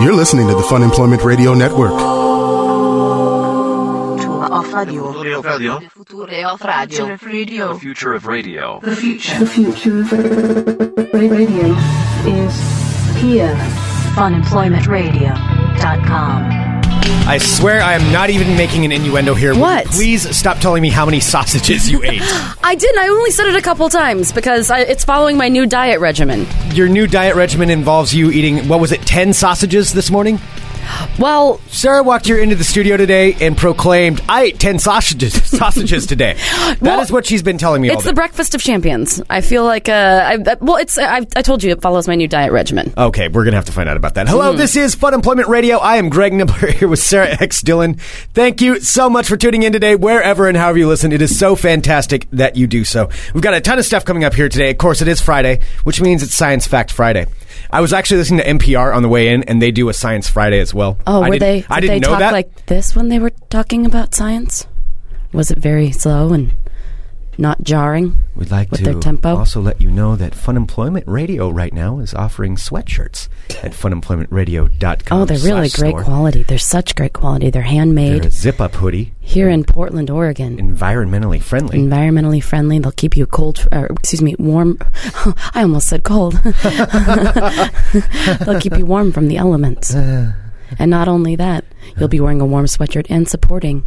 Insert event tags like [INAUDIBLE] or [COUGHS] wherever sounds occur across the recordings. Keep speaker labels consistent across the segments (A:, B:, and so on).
A: You're listening to the Fun Employment Radio Network.
B: Future of radio.
C: Future
B: Future of
C: of radio.
B: radio.
C: The future of radio.
D: The future of radio is here.
B: Funemploymentradio.com.
E: I swear I am not even making an innuendo here. Will you
F: What?
E: Please stop telling me how many sausages you
F: [GASPS]
E: ate.
F: I didn't. I only said it a couple times because I, it's following my new diet regimen.
E: Your new diet regimen involves you eating, what was it, 10 sausages this morning?
F: Well,
E: Sarah walked here into the studio today and proclaimed, I ate 10 sausages, [LAUGHS] sausages
F: [LAUGHS]
E: today. That is
F: Well,
E: what she's been telling me all
F: it's the
E: day.
F: breakfast of champions. I feel like uh, I, I- well, it's I, I told you it follows my new diet regimen.
E: Okay, we're gonna have to find out about that.
F: Hmm.
E: Hello, this is Fun Employment Radio. I am Greg Nibbler [LAUGHS] here with Sarah X Dillon. Thank you so much for tuning in today, wherever and however you listen. It is so fantastic that you do so. We've got a ton of stuff coming up here today. Of course, it is Friday, which means it's Science Fact Friday. I was actually listening to NPR on the way in, and they do a Science Friday as well.
F: Oh,
E: I
F: were
E: didn't-
F: they? Did
E: I didn't
F: they
E: know
F: talk
E: that.
F: like this when they were talking about science? Was it very slow and not jarring?
E: We'd like
F: with
E: to
F: their tempo.
E: also let you know that Fun Employment Radio right now is offering sweatshirts at funemploymentradio.com.
F: oh, they're really
E: slash
F: great
E: store.
F: quality. They're such great quality. They're
E: They're
F: handmade
E: a zip-up hoodie,
F: here in Portland, Oregon.
E: environmentally friendly.
F: environmentally friendly. They'll keep you cold, or excuse me, warm. [LAUGHS] I almost said cold. [LAUGHS] They'll keep you warm from the elements. And not only that, you'll be wearing a warm sweatshirt and supporting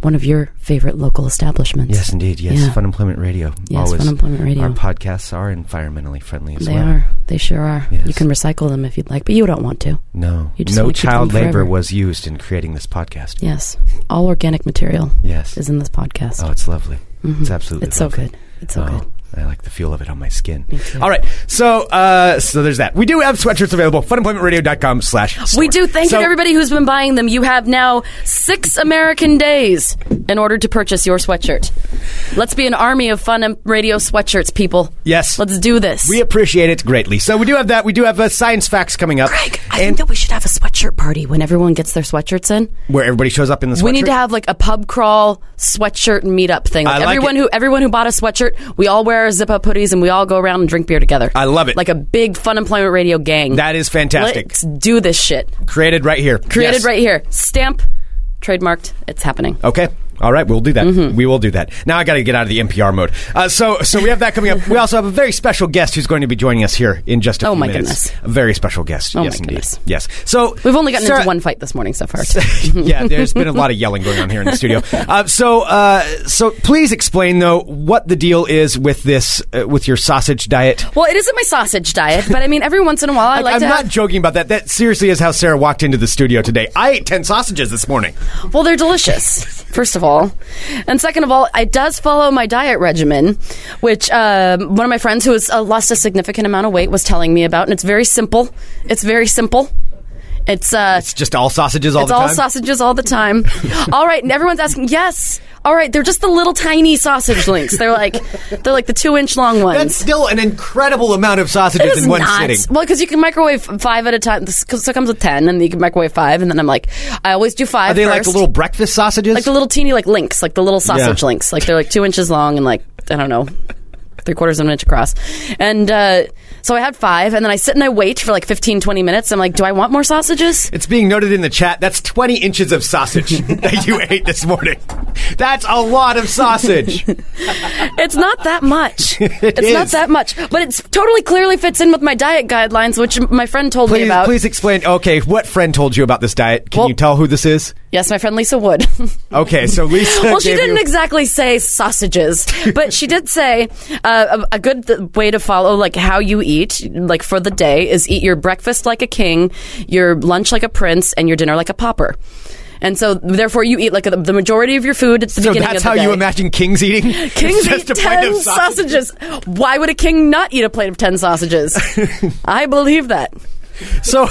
F: one of your favorite local establishments.
E: Yes, indeed. Yes,
F: Yeah.
E: Fun Employment Radio.
F: Yes, Fun Employment Radio.
E: Our podcasts are environmentally friendly as
F: They
E: well.
F: are. They sure are.
E: Yes.
F: You can recycle them if you'd like, but you don't want to.
E: No,
F: You just
E: no
F: wanna keep
E: child
F: them
E: labor
F: forever.
E: was used in creating this podcast.
F: Yes. All organic material
E: Yes.
F: is in this podcast.
E: Oh, it's lovely. It's absolutely.
F: Mm-hmm. It's so
E: lovely.
F: good. It's so
E: Oh,
F: good.
E: I like the feel of it on my skin.
F: too.
E: All right. So, uh, so there's that. We do have sweatshirts available. Funemploymentradio.com slash store.
F: We do thank you
E: So-
F: to everybody who's been buying them. You have now six American days in order to purchase your sweatshirt. Let's be an army of fun and radio sweatshirts, people.
E: Yes.
F: Let's do this.
E: We appreciate it greatly. So we do have that. We do have uh, science facts coming up.
F: Greg, I
E: and
F: think that we should have a sweatshirt party when everyone gets their sweatshirts in.
E: where everybody shows up in the sweatshirt.
F: We need to have like a pub crawl sweatshirt meetup thing.
E: I like
F: everyone
E: it.
F: who everyone who bought a sweatshirt, we all wear our zip up hoodies and we all go around and drink beer together.
E: I love it.
F: Like a big fun employment radio gang.
E: That is fantastic.
F: Let's do this shit.
E: Created right here.
F: Created
E: Yes.
F: right here. Stamp, trademarked. It's happening.
E: Okay. All right, we'll do that.
F: Mm-hmm.
E: We will do that. Now I got to get out of the NPR mode. Uh, so, so we have that coming up. We also have a very special guest who's going to be joining us here in just a
F: Oh
E: few
F: my
E: minutes.
F: goodness.
E: A very special guest.
F: Oh
E: yes,
F: my
E: indeed.
F: goodness.
E: Yes. So
F: We've only gotten
E: Sarah-
F: into one fight this morning so far. too.
E: [LAUGHS]
F: [LAUGHS]
E: yeah, there's been a lot of yelling going on here in the studio. Uh, so, uh, so please explain though what the deal is with this uh, with your sausage diet.
F: well, it isn't my sausage diet, but I mean, every once in a while, I like
E: am
F: to.
E: not
F: have-
E: joking about that. That seriously is how Sarah walked into the studio today. I ate ten sausages this morning.
F: well, they're delicious, [LAUGHS] first of all, and second of all, it does follow my diet regimen, which um, one of my friends who has uh, lost a significant amount of weight was telling me about, and it's very simple. It's very simple. It's uh,
E: It's just all sausages all
F: It's
E: the
F: all
E: time.
F: sausages all the time.
E: [LAUGHS]
F: all right, and everyone's asking, yes. All right, they're just the little tiny sausage links. They're like, they're like the two inch long ones.
E: That's still an incredible amount of sausages
F: It is
E: in one
F: not.
E: sitting.
F: Well, because you can microwave f- five at a time. This- 'cause it comes with ten, and you can microwave five, and then I'm like, I always do five.
E: Are they like the
F: first.
E: little breakfast sausages?
F: like the little teeny like links, like the little sausage
E: Yeah.
F: links, like they're like two inches long and like I don't know, three quarters of an inch across. And uh, so I had five, and then I sit and I wait for like 15, 20 minutes. I'm like, do I want more sausages?
E: it's being noted in the chat. That's 20 inches of
F: [LAUGHS]
E: sausage that you ate this morning. That's a lot of
F: [LAUGHS]
E: sausage.
F: It's not
E: [LAUGHS]
F: that much. it's not
E: is.
F: that much, but it's totally clearly fits in with my diet guidelines, which my friend told me
E: please,
F: about.
E: please explain. Okay, what friend told you about this diet? Can
F: Well-
E: you tell who this is?
F: Yes, my friend Lisa Wood. [LAUGHS]
E: Okay, so Lisa.
F: well, she
E: gave
F: didn't
E: you-
F: exactly say sausages, but she did say uh, a, a good th- way to follow like how you eat, like for the day, is eat your breakfast like a king, your lunch like a prince, and your dinner like a pauper. And so, therefore, you eat like the- the majority of your food at the
E: So
F: beginning
E: that's
F: of
E: how
F: the
E: you
F: day.
E: imagine kings eating?
F: [LAUGHS]
E: [LAUGHS]
F: Kings
E: Just
F: eat
E: a plate
F: ten
E: of sausage.
F: sausages. Why would a king not eat a plate of ten sausages? I believe that.
E: [LAUGHS] So,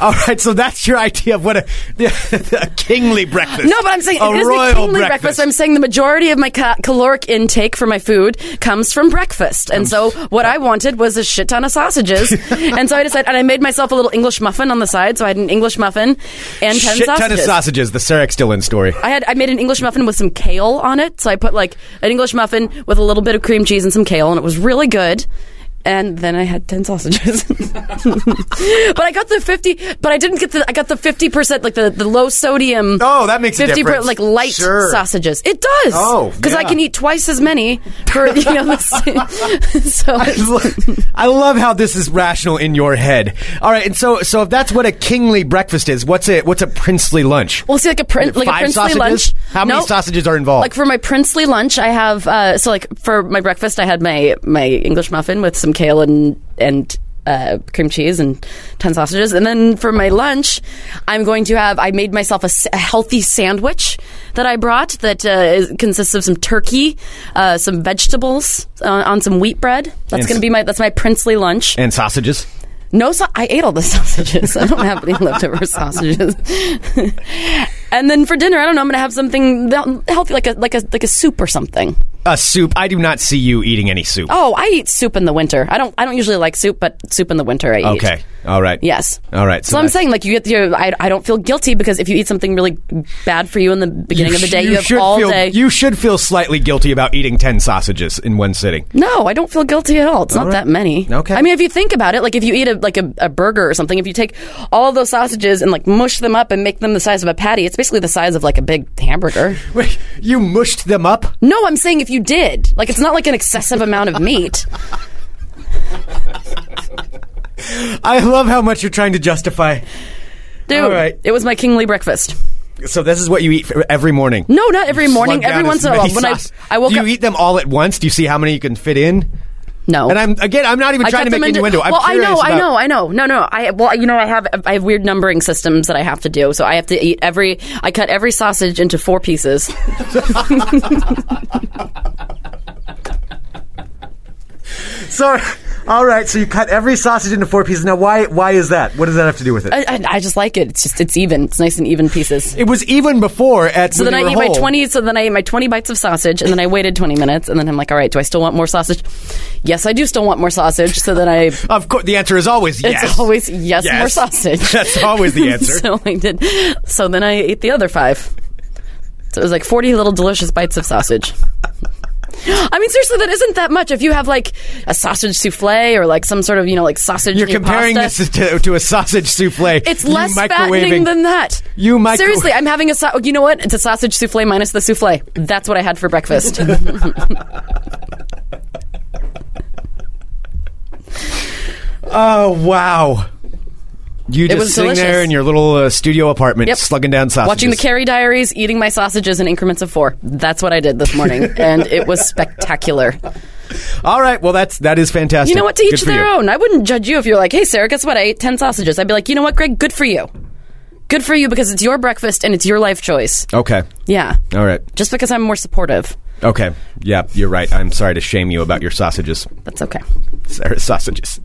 E: all right, so that's your idea of what a, [LAUGHS] a kingly breakfast.
F: No, but I'm saying
E: a
F: it is
E: royal
F: a kingly breakfast. I'm saying the majority of my ca- caloric intake for my food comes from breakfast, and so what
E: uh,
F: I wanted was a shit ton
E: [LAUGHS]
F: of sausages, and so I decided, and I made myself a little English muffin on the side, so I had an English muffin and ten
E: Shit
F: sausages.
E: ton of sausages. The Sarek Dillon story.
F: I had I made an English muffin with some kale on it, so I put like an English muffin with a little bit of cream cheese and some kale, and it was really good. and then I had ten sausages. [LAUGHS] but I got the fifty. But I didn't get the. I got the fifty percent, like the, the low sodium.
E: Oh, that makes a difference.
F: like light
E: Sure.
F: sausages. It does.
E: Oh,
F: because I
E: yeah.
F: can eat twice as many for you know. [LAUGHS] the
E: [LAUGHS]
F: same- so
E: I love how this is rational in your head. All right, and so so if that's what a kingly breakfast is, what's a what's a princely lunch?
F: Well, see, like a print, like
E: Five
F: a princely
E: sausages?
F: lunch.
E: How many
F: No.
E: sausages are involved?
F: Like for my princely lunch, I have uh, so like for my breakfast, I had my my English muffin with some kale and and. Uh, cream cheese and 10 sausages. And then for my lunch, I'm going to have, I made myself a, s- a healthy sandwich that I brought that uh, is, consists of some turkey, uh, some vegetables on, on some wheat bread. That's
E: And
F: going to
E: s-
F: be my, that's my princely lunch.
E: and sausages.
F: No, so- I ate all the [LAUGHS] sausages. I don't have any leftover [LAUGHS] sausages. and then for dinner, I don't know. I'm gonna have something th- healthy, like a like a like a soup or something.
E: A soup. I do not see you eating any soup.
F: Oh, I eat soup in the winter. I don't I don't usually like soup, but soup in the winter I eat.
E: okay. All right.
F: Yes.
E: All right.
F: So, I'm
E: that's-
F: saying, like, you get your. I, I don't feel guilty because if you eat something really bad for you in the beginning of the
E: sh-
F: day, you, have
E: should
F: all
E: feel,
F: day.
E: You should feel slightly guilty about eating ten sausages in one
F: [LAUGHS]
E: sitting.
F: No, I don't feel guilty at all. It's not
E: right.
F: that many.
E: Okay.
F: I mean, if you think about it, like if you eat a like a, a burger or something, if you take all those sausages and like mush them up and make them the size of a patty, it's basically the size of like a big hamburger.
E: Wait, you mushed them up.
F: No, I'm saying if you did, like it's not like an excessive [LAUGHS] amount of meat.
E: I love how much you're trying to justify.
F: Dude,
E: All right.
F: it was my kingly breakfast.
E: So this is what you eat for every morning.
F: No, not every morning. Every once in a while, when I I woke
E: do you
F: up.
E: eat them all at once? Do you see how many you can fit in?
F: no,
E: And I'm again, I'm not even
F: I
E: trying to
F: cut them
E: make
F: into-
E: innuendo. I'm
F: well, I
E: curious
F: know, I
E: about-
F: know, I know. No, no. I well, you know, I have I have weird numbering systems that I have to do. So I have to eat every. I cut every sausage into four pieces.
E: Sorry. All right. So you cut every sausage into four pieces. Now, why? Why is that? What does that have to do with it?
F: I, I, I just like it. It's just it's even. It's nice and even pieces.
E: it was even before at.
F: So
E: when
F: then I
E: you
F: eat
E: were
F: my
E: whole.
F: twenty. So then I eat my twenty bites of sausage, and then I waited twenty minutes, and then I'm like, all right, do I still want more sausage? Yes, I do still want more sausage. So then I.
E: Of course, the answer is always [LAUGHS] yes.
F: It's always yes,
E: Yes.
F: more sausage.
E: [LAUGHS] That's always the answer.
F: [LAUGHS] so I did. So then I ate the other five. So it was like forty little delicious bites of sausage. I mean, seriously, that isn't that much. If you have like a sausage souffle or like some sort of you know like sausage,
E: You're comparing
F: pasta,
E: this to, to a sausage souffle.
F: It's
E: You
F: less
E: microwaving-
F: fattening than that.
E: You micro-
F: seriously? I'm having a sa- you know what? It's a sausage souffle minus the souffle. That's what I had
E: [LAUGHS]
F: for breakfast.
E: Oh wow! You just
F: was
E: sitting there
F: delicious.
E: in your little uh, studio apartment,
F: Yep.
E: slugging down sausages,
F: Watching the Carrie Diaries, eating my sausages in increments of four. That's what I did
E: [LAUGHS]
F: this morning, and it was spectacular.
E: All right. Well, that's that is fantastic.
F: You know what? To
E: Good
F: each
E: for
F: their
E: you.
F: own. I wouldn't judge you if you're like, "Hey, Sarah, guess what? I ate ten sausages." I'd be like, "You know what, Greg? Good for you. Good for you because it's your breakfast and it's your life choice."
E: Okay.
F: Yeah.
E: All right.
F: Just because I'm more supportive,
E: Okay. Yeah, you're right. I'm sorry to shame you about your sausages,
F: that's okay.
E: Sarah's [LAUGHS] sausages.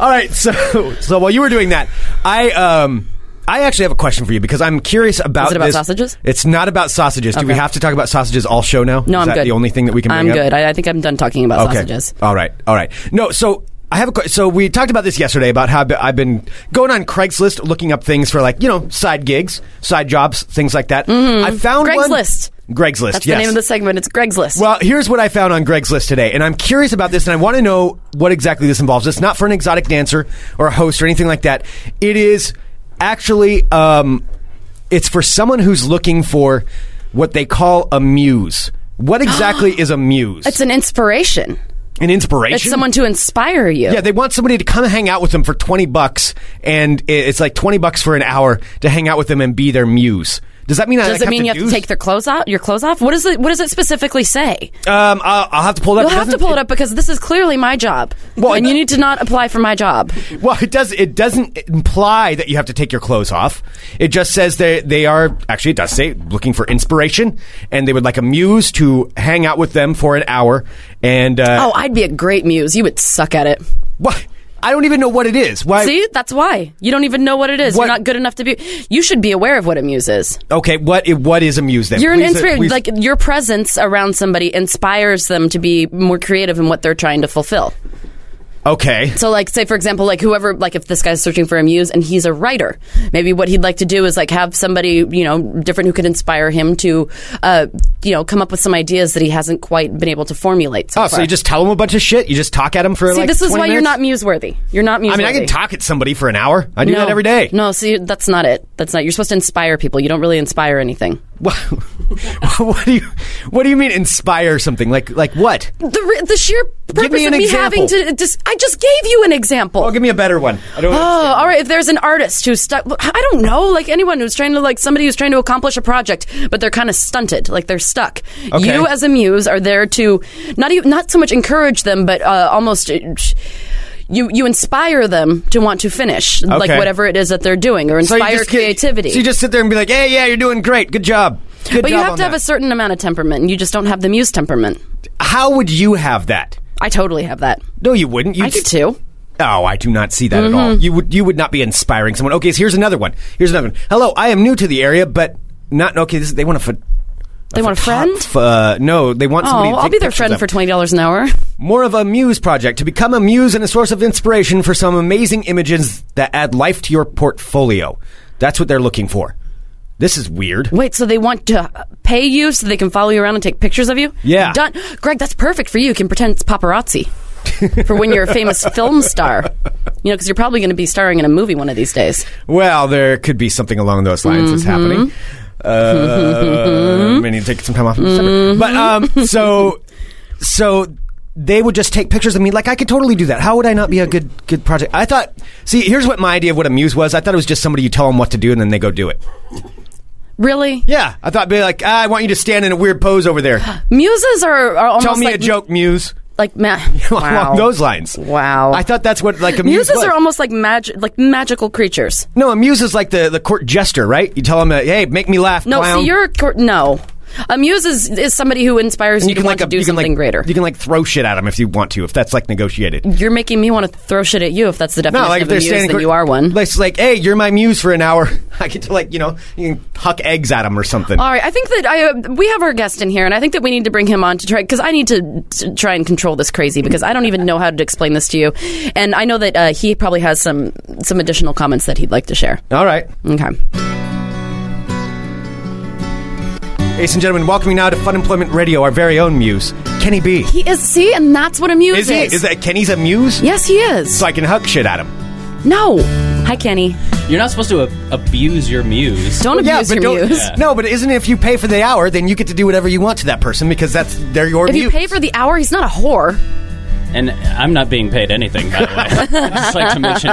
E: All right. So, so while you were doing that, I um. I actually have a question for you because I'm curious about.
F: Is it about
E: this-
F: sausages?
E: It's not about sausages. Do we
F: Okay.
E: have to talk about sausages all show now?
F: No,
E: Is
F: I'm
E: that
F: good.
E: The only thing that we can. Bring
F: I'm
E: up?
F: good. I, I think I'm done talking about
E: Okay.
F: sausages.
E: All right. All right. No, so I have a que- so we talked about this yesterday about how I've been- I've been going on Craigslist looking up things for like, you know, side gigs, side jobs, things like that. I found one-
F: Mm-hmm. Craigslist.
E: Greg's List.
F: That's
E: yes.
F: the name of the segment. It's Greg's List.
E: Well, here's what I found on Greg's list today, and I'm curious about this, and I want to know what exactly this involves. It's not for an exotic dancer or a host or anything like that. It is actually, um, it's for someone who's looking for what they call a muse.
F: [GASPS]
E: What exactly is a muse?
F: it's an inspiration.
E: an inspiration.
F: It's someone to inspire you.
E: Yeah, they want somebody to come hang out with them for 20 bucks, and i- it's like 20 bucks for an hour to hang out with them and be their muse. Does that mean I
F: Does
E: like,
F: it mean you
E: have
F: have to
E: do-
F: take their clothes off? Your clothes off? What is it? What does it specifically say?
E: Um, I'll, I'll have to pull it up.
F: You'll have to
E: doesn't-
F: pull it up because this is clearly my job,
E: Well,
F: and
E: it-
F: you need to not apply for my job.
E: Well, it does. It doesn't imply that you have to take your clothes off. It just says they they are actually it does say looking for inspiration, and they would like a muse to hang out with them for an hour. And uh,
F: Oh, I'd be a great muse. You would suck at it.
E: what? I don't even know what it is. Why?
F: See, that's why you don't even know what it is.
E: What-
F: You're not good enough to be. You should be aware of what a muse is.
E: Okay, what i- what is a muse then?
F: You're an
E: Please, uh,
F: inspiration.
E: please-
F: Like your presence around somebody inspires them to be more creative in what they're trying to fulfill.
E: Okay.
F: So, like, say for example, like whoever, like if this guy's searching for a muse and he's a writer, maybe what he'd like to do is like have somebody, you know, different who could inspire him to, uh, you know, come up with some ideas that he hasn't quite been able to formulate. So
E: Oh, so
F: far.
E: you just tell them a bunch of shit? You just talk at them for
F: see,
E: like
F: this is
E: 20
F: why you're
E: minutes?
F: not muse worthy. You're not muse.
E: I mean, I can talk at somebody for an hour. I do
F: no.
E: that every day.
F: No, see, that's not it. That's not. You're supposed to inspire people. You don't really inspire anything.
E: [LAUGHS] What, what do you What do you mean inspire something? Like like what?
F: The re- the sheer purpose
E: me an
F: of me
E: example.
F: having to just I just gave you an example.
E: Oh, give me a better one. I don't.
F: Oh, all right. If there's an artist who's stuck, I don't know, like anyone who's trying to, like somebody who's trying to accomplish a project, but they're kind of stunted, like they're stuck.
E: Okay.
F: You, as a muse, are there to not even not so much encourage them, but uh, almost. uh, sh- You, you inspire them to want to finish, like
E: Okay.
F: whatever it is that they're doing, or
E: So you
F: inspire
E: just get-
F: creativity.
E: so you just sit there and be like, "Hey, yeah, you're doing great. Good job." Good
F: but you
E: job
F: have
E: on
F: to have a
E: that."
F: certain amount of temperament, and you just don't have the muse temperament.
E: How would you have that?
F: I totally have that.
E: No, you wouldn't. You
F: I do too. Mm-hmm.
E: Oh, I do not see that at all. You would you would not be inspiring someone. Okay, so here's another one. Here's another one. Hello, I am new to the area, but not okay. This, they want a. Ph-
F: They want a friend.
E: F- uh, no, they want somebody.
F: Oh,
E: to
F: I'll
E: take
F: be their
E: pictures
F: friend
E: of.
F: for twenty dollars an hour.
E: More of a muse project to become a muse and a source of inspiration for some amazing images that add life to your portfolio. That's what they're looking for. This is weird.
F: Wait, so they want to pay you so they can follow you around and take pictures of you?
E: Yeah.
F: Done. Greg, that's perfect for you. You can pretend it's
E: [LAUGHS]
F: paparazzi for when you're a famous film star. You know, because you're probably going to be starring in a movie one of these days.
E: Well, there could be something along those lines that's
F: Mm-hmm.
E: happening. Uh, [LAUGHS] I need to take some time off, from
F: Mm-hmm.
E: December. but um, so so they would just take pictures of me. Like I could totally do that. How would I not be a good good project? I thought. See, here's what my idea of what a muse was. I thought it was just somebody you tell them what to do and then they go do it.
F: Really?
E: Yeah, I thought it'd be like ah, I want you to stand in a weird pose over
F: [GASPS]
E: there.
F: Muses are, are almost
E: tell me
F: like,
E: a joke, muse.
F: Like ma- wow.
E: [LAUGHS] Along those lines.
F: Wow.
E: I thought that's what like a muse
F: Muses
E: was.
F: are almost like magic, like magical creatures.
E: no, a muse is like the, the court jester, right? You tell them, hey, make me laugh.
F: No,
E: clown.
F: see, you're a cor- no. A muse is, is somebody who inspires
E: And
F: you, to want to
E: a-
F: do
E: you can,
F: something
E: like,
F: greater.
E: You can like throw shit at them if you want to, if that's like negotiated.
F: You're making me want to throw shit at you if that's the definition
E: like
F: of a muse, then you are one.
E: Like, it's like, hey, you're my muse for an hour. [LAUGHS] I get to like, you know, you can huck eggs at them or something.
F: All right, I think that I uh, we have our guest in here, and I think that we need to bring him on to try because I need to, to try and control this crazy because I don't even know how to explain this to you, and I know that uh, he probably has some some additional comments that he'd like to share.
E: All right,
F: Okay,
E: ladies and gentlemen, welcoming now to Fun Employment Radio, our very own muse, Kenny B.
F: he is see, and that's what a muse
E: Is
F: is.
E: he? Is that Kenny's a muse?
F: yes, he is.
E: So I can huck shit at him.
F: no, hi Kenny,
G: You're not supposed to a- abuse your muse.
F: don't abuse
E: but
F: your
E: don't-
F: muse.
E: no, but isn't it if you pay for the hour, then you get to do whatever you want to that person because that's they're your
F: If
E: muse.
F: you pay for the hour, he's not a whore.
G: And I'm not being paid anything, by the
F: [LAUGHS]
G: way. I just like to mention.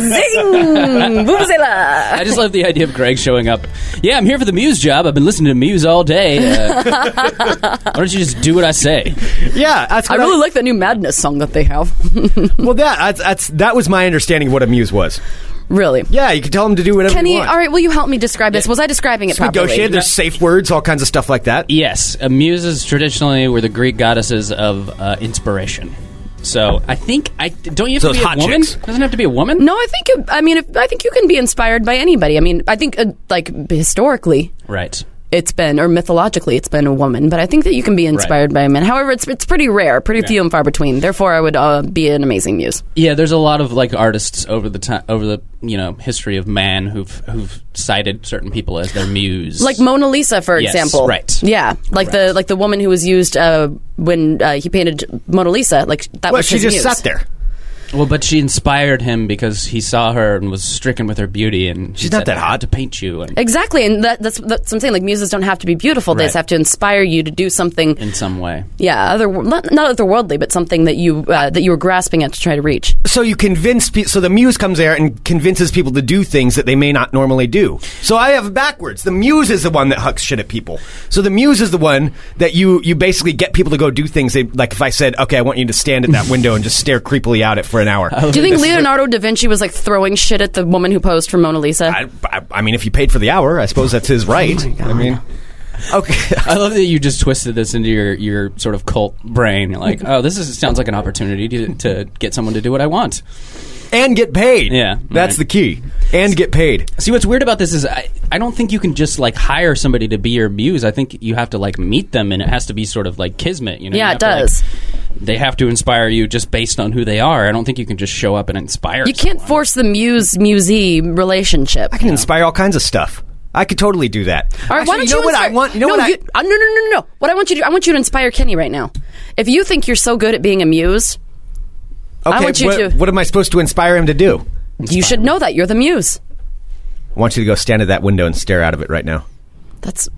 F: Zing! [LAUGHS] Vuvuzela!
G: I just love the idea of Greg showing up. Yeah, I'm here for the muse job. I've been listening to muse all day. Uh,
F: [LAUGHS]
G: why don't you just do what I say?
E: yeah, that's
F: I
E: what
F: really like the new Madness song that they have. [LAUGHS]
E: well, that that's, that's that was my understanding of what a muse was.
F: really.
E: Yeah, you can tell them to do whatever
F: Kenny,
E: you want.
F: all right, will you help me describe this? Was I describing it properly?
E: negotiated. There's safe words, all kinds of stuff like that.
G: Yes, uh, muses traditionally were the Greek goddesses of uh, inspiration. So I think I don't you have
E: So
G: to
E: it's
G: be
E: hot
G: a woman?
E: chicks.
G: Doesn't have to be a woman,
F: No, I think it- I mean if, I think you can be inspired by anybody. I mean, I think uh, like historically
G: right?
F: it's been or mythologically it's been a woman, but I think that you can be inspired by a man. However, it's it's pretty rare, pretty few and far between. Therefore, I would uh, be an amazing muse.
G: Yeah, there's a lot of like artists over the time over the you know history of man who've who've cited certain people as their muse,
F: Like Mona Lisa, for
G: Yes,
F: example.
G: right.
F: Yeah, like the like the woman who was used uh, when uh, he painted Mona Lisa. Like that
E: Well,
F: was
E: she
F: his
E: just
F: muse.
E: sat there.
G: Well, but she inspired him because he saw her and was stricken with her beauty, and she's
E: not that hot.
G: to paint you. And
F: Exactly, and that, that's that's what I'm saying. Like muses don't have to be beautiful; they
G: Right.
F: just have to inspire you to do something.
G: in some
E: [LAUGHS]
G: way,
F: Yeah, other not, not otherworldly, but something that you uh, that you were grasping at to try to reach.
E: So you convince people. So the muse comes there and convinces people to do things that they may not normally do. So I have it backwards. The muse is the one that hucks shit at people. So the muse is the one that you you basically get people to go do things. They like if I said, okay, I want you to stand at that window and just stare creepily out at it for an hour.
G: Oh.
F: Do you think Leonardo da Vinci was like throwing shit at the woman who posed for Mona Lisa?
E: I, I, I mean, if you paid for the hour, I suppose that's his right.
G: Oh
E: I mean, okay. [LAUGHS]
G: I love that you just twisted this into your your sort of cult brain. You're Like, oh, this is, sounds like an opportunity to, to get someone to do what I want.
E: and get paid.
G: Yeah,
E: that's
G: right.
E: the key. And get paid.
G: See, what's weird about this is I, I don't think you can just like hire somebody to be your muse. I think you have to like meet them, and it has to be sort of like kismet. You know?
F: Yeah,
G: You
F: it
G: have to, like,
F: does.
G: they have to inspire you just based on who they are. I don't think you can just show up and inspire.
F: You can't
G: someone.
F: force the muse musee relationship.
E: I can inspire all kinds of stuff. I could totally do that.
F: All right, why
E: Actually,
F: don't
E: you know what I
F: inspire-
E: want? You know
F: no,
E: what I?
F: uh, no, no, no, no, no. What I want you to do, I want you to inspire Kenny right now. If you think you're so good at being a muse,
E: okay,
F: want you
E: what,
F: to-
E: what am I supposed to inspire him to do?
F: you should know that you're the muse.
E: I want you to go stand at that window and stare out of it right now.
F: That's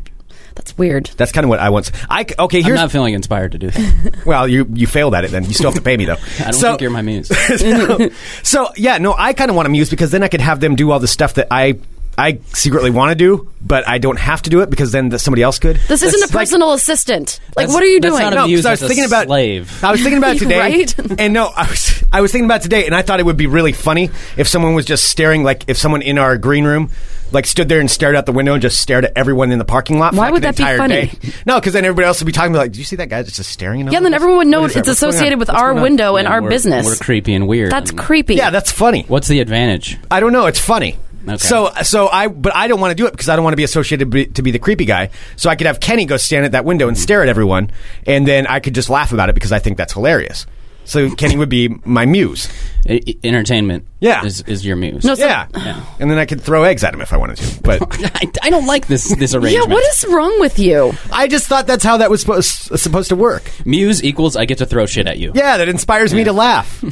F: that's weird.
E: That's kind of what I want. I c- okay.
G: I'm
E: Here's
G: not feeling inspired to do
F: [LAUGHS]
G: that.
E: well, you you failed at it. Then you still have to pay me though.
G: I don't
E: so,
G: think you're
E: [LAUGHS]
G: my muse.
E: so, [LAUGHS] so, yeah, no, I kind of want to muse because then I could have them do all the stuff that I I secretly want to do, but I don't have to do it because then th- somebody else could.
F: This isn't
E: That's
F: a personal assistant. Like, what are you
G: that's
F: doing?
G: not a
E: no,
G: muse,
E: because I was
G: that's a
E: thinking about
G: slave.
E: I was thinking
F: [LAUGHS]
E: about it today,
F: Right?
E: and no, I was I was thinking about it today, and I thought it would be really funny if someone was just staring, like if someone in our green room, like stood there and stared out the window and just stared at everyone in the parking lot. For
F: Why
E: like
F: would
E: an
F: that be
E: entire
F: funny?
E: Day. No, because then everybody else would be talking about like, "Do you see that guy that's just staring?" at
F: yeah,
E: all
F: then
E: of us?
F: everyone would know
E: What is
F: it's
E: that? What's going on?
F: associated with
E: What's
F: our
E: going on?
F: window and
G: Yeah,
F: our
G: we're-
F: business.
G: We're creepy and weird.
F: That's
G: and-
F: creepy.
E: Yeah, that's funny.
G: What's the advantage?
E: I don't know. It's funny.
G: Okay.
E: So so I but I don't want to do it because I don't want to be associated be, to be the creepy guy. So I could have Kenny go stand at that window
G: Mm-hmm.
E: and stare at everyone, and then I could just laugh about it because I think that's hilarious. So Kenny would be my muse.
G: E- e- entertainment.
E: Yeah.
G: is, is your muse.
F: No, so-
E: Yeah. and then I could throw eggs at him if I wanted to. But
G: [LAUGHS] I, I don't like this this
F: [LAUGHS] Yeah,
G: arrangement.
F: what is wrong with you?
E: I just thought that's how that was supposed supposed to work.
G: muse equals? I get to throw shit at you.
E: Yeah, that inspires me
G: [LAUGHS]
E: to laugh.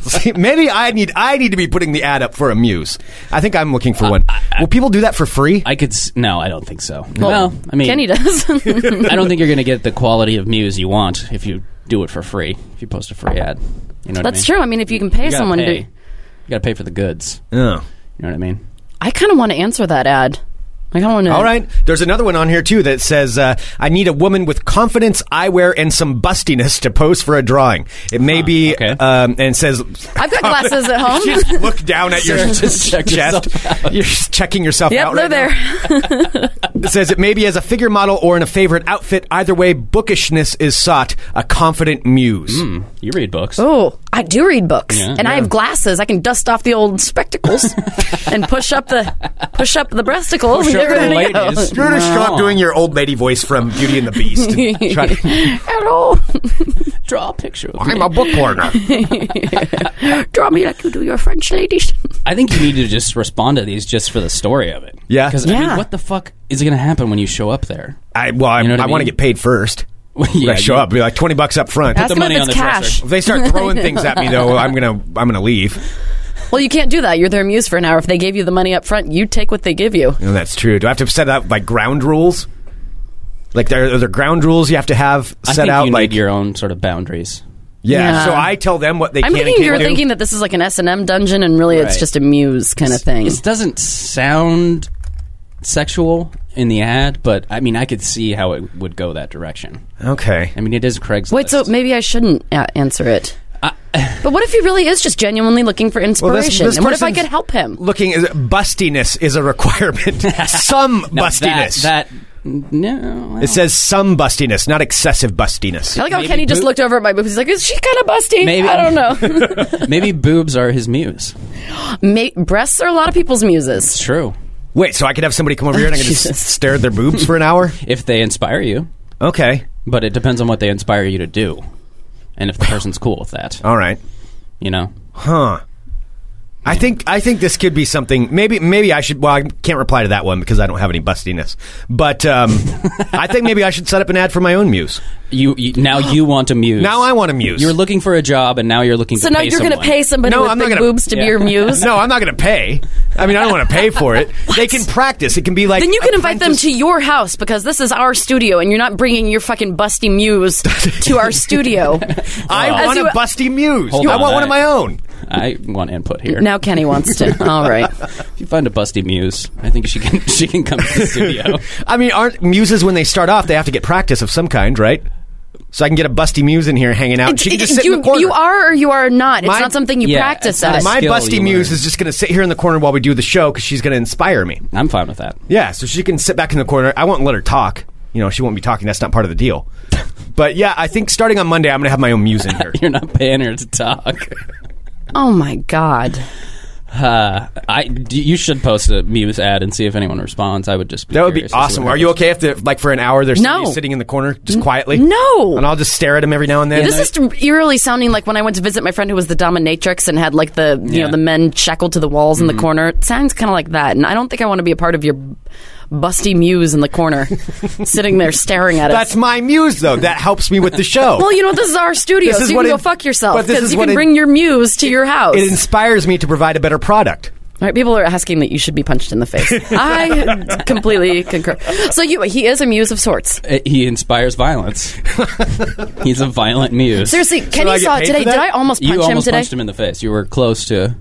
E: See, Maybe I need I need to be putting the ad up for a muse. I think I'm looking for one. Will people do that for free?
G: Uh, I could. s- No, I don't think so. well, I mean,
F: Oh. Kenny
G: [LAUGHS]
F: does.
G: I don't think you're going to get the quality of muse you want if you do it for free. If you post a free ad, you know what I
F: that's
G: mean?
F: true. I mean, if you can pay
G: You gotta
F: someone
G: pay.
F: to.
G: You got to pay for the goods.
E: Oh.
G: You know what I mean?
F: I kind of want to answer that ad. I kind of want to.
E: All right. There's another one on here too that says, uh, "I need a woman with confidence, eyewear, and some bustiness to pose for a drawing." It may be,
G: okay.
E: um, and says,
G: [LAUGHS]
F: I've got glasses at home.
E: [LAUGHS] "Just look down at your
G: Sarah, just check
E: chest. You're just checking yourself
F: Yep,
E: out."
F: they're
E: right
F: there.
E: now. It says it may be as a figure model or in a favorite outfit. Either way, bookishness is sought. A confident muse.
G: You read books.
F: Oh, I do read books,
G: Yeah.
F: and I have glasses. I can dust off the
G: [LAUGHS]
F: old spectacles and push up the push up the breasticle.
G: Push up
F: You're
G: the
F: gonna go.
G: ladies.
E: You're gonna
G: Wow.
E: stop doing your old lady voice from Beauty and the
G: [LAUGHS]
E: Beast. and try to-
F: Hello,
G: Draw a picture. Of
E: I'm
G: me.
E: a book learner.
F: [LAUGHS]
G: [LAUGHS]
F: draw me like you do your French ladies.
G: I think you need to just respond to these just for the story of it.
E: Yeah.
G: Because I
F: Yeah.
G: mean, what the fuck is going to happen when you show up there?
E: I well, i
G: You know what I
E: want to
G: mean?
E: get paid first.
G: Yeah,
E: I show
G: you-
E: up, be like twenty bucks up front.
F: Ask
G: the
F: him
G: money
F: if
G: on
F: it's
G: the
F: cash.
G: dresser.
E: If they start throwing things at me, though, I'm gonna I'm gonna leave.
F: Well, you can't do that. You're their muse for an hour. If they gave you the money up front, you take what they give you.
E: No, that's true. Do I have to set out like ground rules? Like there are there ground rules you have to have
G: I
E: set
G: think
E: out
G: you
E: like
G: need your own sort of boundaries.
E: yeah.
F: Yeah.
E: So I tell them what they
F: I'm
E: can
F: thinking
E: and
F: you're
E: can't do.
F: thinking that this is like an S and M dungeon, and really it's
G: Right.
F: just a muse kind of thing.
G: This doesn't sound sexual in the ad, but I mean, I could see how it would go that direction.
E: okay.
G: I mean, it is Craigslist.
F: Wait, so maybe I shouldn't a- answer it.
E: [LAUGHS]
F: but what if he really is just genuinely looking for
E: Well, this-
F: inspiration?
E: this
F: and what if I
E: person's
F: could help him?
E: Looking is bustiness is
G: [LAUGHS]
E: a requirement. some
G: Now,
E: bustiness.
G: That, that no. well,
E: it says some bustiness, not excessive bustiness.
F: I like how
G: Maybe
F: Kenny just
G: boo-
F: looked over at my boobs. He's like, "Is she kind of busty?"
G: Maybe.
F: I don't
E: [LAUGHS]
F: know. [LAUGHS]
G: maybe boobs are his muse.
F: Ma- breasts are a lot of people's muses.
G: True.
E: Wait, so I could have somebody come over here and
G: [LAUGHS]
E: I can just
F: Jesus.
E: stare at their boobs for an hour?
G: If they inspire you,
E: Okay.
G: but it depends on what they inspire you to do, and if the person's cool with that,
E: All right.
G: you know.
E: Huh. I think I think this could be something. Maybe maybe I should. Well, I can't reply to that one because I don't have any bustiness. But um, I think maybe I should set up an ad for my own muse.
G: You, you now you want a muse.
E: Now I want a muse.
G: You're looking for a job, and now you're looking.
F: So
G: to
F: now
G: pay
F: you're going to
G: someone.
F: pay somebody
E: No,
F: with
E: I'm not
F: big
E: gonna-
F: boobs to be
G: Yeah.
E: [LAUGHS]
F: your muse.
E: no, I'm not going to pay. I mean, I don't want to pay for
F: [LAUGHS]
E: it. They can practice. It can be like
F: Then you can invite them
E: apprentice-
F: to your house because this is our studio, and you're not bringing your fucking busty
E: [LAUGHS]
F: muse to our studio.
E: I
F: As
E: want a
F: you-
E: busty muse.
G: Hold
E: I
G: on,
E: want one
G: I-
E: of my own.
G: I want input here.
F: Now Kenny wants
E: [LAUGHS]
F: to. All right.
G: if you find a busty muse, I think she can [LAUGHS] she can come to the
F: [LAUGHS]
G: studio.
E: I mean, aren't muses when they start off they have to get practice of some kind, right? So I can get a busty muse in here hanging out. and she can just sit
F: you,
E: in the corner.
F: you are or you are not. It's
E: My-
F: not something you
G: Yeah,
F: practice
G: it's not
F: at.
G: a
E: my
G: skill
E: busty
G: you
E: muse
G: learn.
E: is just going to sit here in the corner while we do the show because she's going to inspire me.
G: I'm fine with that.
E: Yeah, so she can sit back in the corner. I won't let her talk. You know, she won't be talking. That's not part of the
G: [LAUGHS]
E: deal. But yeah, I think starting on Monday, I'm
G: [LAUGHS]
E: going to have my own muse in here.
G: You're not paying her to talk.
F: Oh my god.
G: Uh, I d- you should post a Muse ad and see if anyone responds. I would just be
E: That would be
G: curious to see what
E: awesome. Are
G: happens.
E: you okay if, the, like, for an hour there's
F: No.
E: somebody sitting in the corner just quietly?
F: no.
E: And I'll just stare at him every now and then.
F: This is eerily sounding like when I went to visit my friend who was the dominatrix and had like the you
G: Yeah.
F: know the men shackled to the walls
E: Mm-hmm.
F: in the corner. It sounds kind of like that, and I don't think I want to be a part of your busty muse in
E: [LAUGHS]
F: the corner, sitting there staring at us.
E: That's my muse, though. That helps me with the show.
F: well, you know this is our studio,
E: This is
F: so you
E: what
F: can go
E: it-
F: fuck yourself
E: but this is
F: because you
E: what
F: can
E: it-
F: bring your muse to your house.
E: it inspires me to provide a better product.
F: Right, people are asking that you should be punched in
E: [LAUGHS]
F: the face. I completely concur. So you, he is a muse of sorts.
G: Uh, He inspires
E: [LAUGHS]
G: violence. He's a violent muse.
F: Seriously,
E: I
F: Kenny
E: get
F: saw
E: paid
F: today.
E: for that?
F: Did I almost punch
G: you almost
F: him today?
G: punched him in the face. You were close to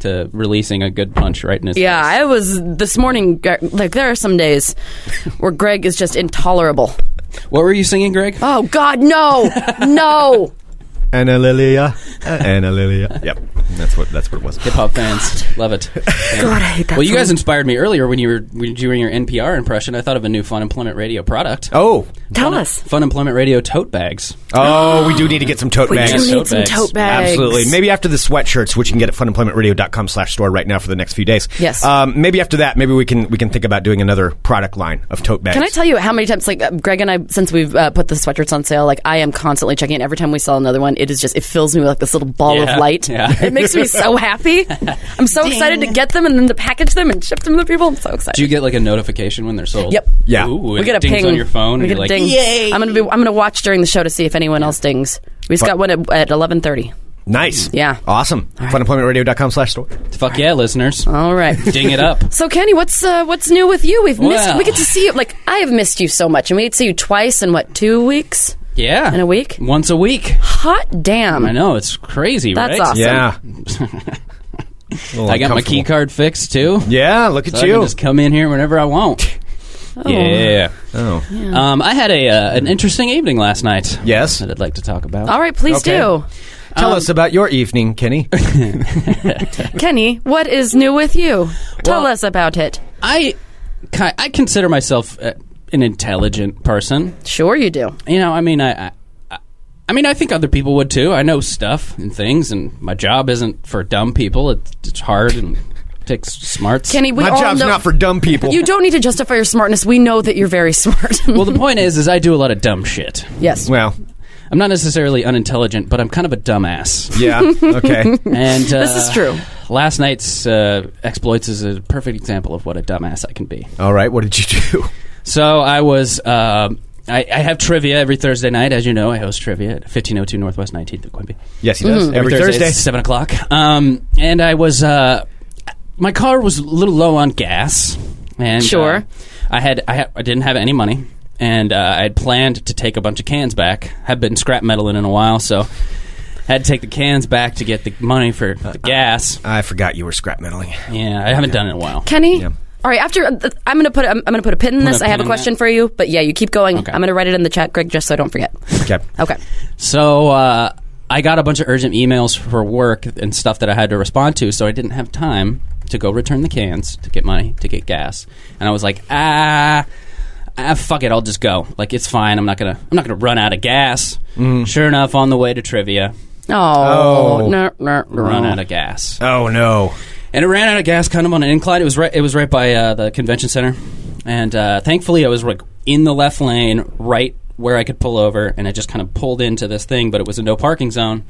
G: to releasing a good punch right in his
F: Yeah,
G: face.
F: I was this morning. Gre- Like there are some days where Greg is just intolerable.
G: What were you singing, Greg?
F: Oh God, no, no.
E: Anna Lilia. [LAUGHS] Anna Lilia. Yep. That's what that's what it was.
G: Hip hop fans love
F: [LAUGHS]
G: it. God, I hate that. Well, you guys inspired me earlier when you were when you were doing your NPR impression. I thought of a new Fun Employment Radio product.
E: Oh.
F: Tell us.
G: Fun Employment Radio tote bags.
E: Oh, we do need to get some tote bags.
G: do need
F: need some tote bags.
E: Absolutely. Maybe after the sweatshirts, which you can get at funemploymentradio.com slash store right now for the next few days.
F: Yes.
E: Um, maybe after that, maybe we can we can think about doing another product line of tote bags.
F: Can I tell you how many times, like uh, Greg and I, since we've uh, put the sweatshirts on sale, like I am constantly checking. it. Every time we sell another one, it is just it fills me with like this little ball
G: Yeah,
F: of light.
G: yeah.
F: It makes me so happy. I'm so excited to get them and then to package them and ship them to people. I'm so excited.
G: Do you get like a notification when they're sold?
F: Yep.
E: Yeah.
G: Ooh,
F: we
G: and
F: get a
G: it dings
F: ping
G: on your phone.
F: We
G: and
F: get
G: you're
F: a
G: like,
F: ding. I'm gonna be. I'm gonna watch during the show to see if anyone else dings. We just got one at, at 11:30.
E: Nice.
F: Yeah.
E: Awesome. Funemploymentradio.com slash store.
G: Fuck yeah, listeners.
F: All right.
G: Ding it
F: [LAUGHS]
G: up.
F: So Kenny, what's uh, what's new with you? We've missed.
G: Well.
F: We get to see you. Like I have missed you so much, and we get to see you twice in what two weeks?
G: Yeah.
F: In a week?
G: Once a week.
F: Hot damn!
G: I know, it's crazy,
F: That's
G: right?
F: awesome.
E: Yeah.
G: I got my key card fixed too.
E: Yeah, look at
G: So I
E: you.
G: can just come in here whenever I want. Yeah.
E: oh.
G: Um, I had a uh, an interesting evening last night.
E: Yes.
G: that I'd like to talk about.
F: All right, please
E: Okay.
F: do.
E: Tell
F: Um,
E: us about your evening, Kenny.
F: Kenny, what is new with you? Tell
G: Well-
F: us about it.
G: I ki- I consider myself uh, an intelligent person.
F: Sure, you do.
G: You know, I mean, I. I I mean, I think other people would too. I know stuff and things, and my job isn't for dumb people. It's, it's hard and [LAUGHS] takes smarts.
F: Kenny, [LAUGHS] we
E: my
F: all
E: job's
F: know
E: not for dumb people.
F: you don't need to justify your smartness. We know that you're very [LAUGHS] smart.
G: well, the point is, is I do a lot of dumb shit.
F: yes.
E: well,
G: I'm not necessarily unintelligent, but I'm kind of a dumbass.
F: [LAUGHS]
E: yeah. Okay.
G: And uh,
F: This is true.
G: Last night's uh, exploits is a perfect example of what a dumbass I can be.
E: All right. What did you do? [LAUGHS]
G: So I was. um I, I have trivia every Thursday night, as you know. I host trivia at 1502 Northwest 19th at Quimby.
E: Yes, he
F: Mm-hmm.
E: does. Every, Thursday.
G: at 7 o'clock. Um, and I was. Uh, my car was a little low on gas. and
F: Sure.
G: uh, I, had, I, ha- I didn't have any money. And uh, I had planned to take a bunch of cans back. Had been scrap metaling in a while, so had to take the cans back to get the money for the gas.
E: I forgot you were scrap metaling.
G: Yeah, I haven't done it in a while.
F: Kenny. All right. After uh, I'm gonna put I'm, I'm gonna put a pin in
G: Put
F: this.
G: a
F: I have
G: pin
F: a
G: in
F: question
G: that.
F: for you, but yeah, you keep going.
G: Okay.
F: I'm gonna write it in the chat, Greg, just so I don't forget.
E: Okay.
G: [LAUGHS]
F: Okay.
G: So uh, I got a bunch of urgent emails for work and stuff that I had to respond to, so I didn't have time to go return the cans to get money to get gas, and I was like, ah. Ah, fuck it! I'll just go. Like it's fine. I'm not gonna. I'm not gonna run out of gas. Sure enough, on the way to trivia,
F: Oh,
E: Oh.
F: No, no, no.
G: run out of gas,
E: Oh no.
G: and it ran out of gas kind of on an incline. It was right. It was right by uh, the convention center, and uh, thankfully I was like in the left lane, right where I could pull over, and I just kind of pulled into this thing, but it was a no parking zone.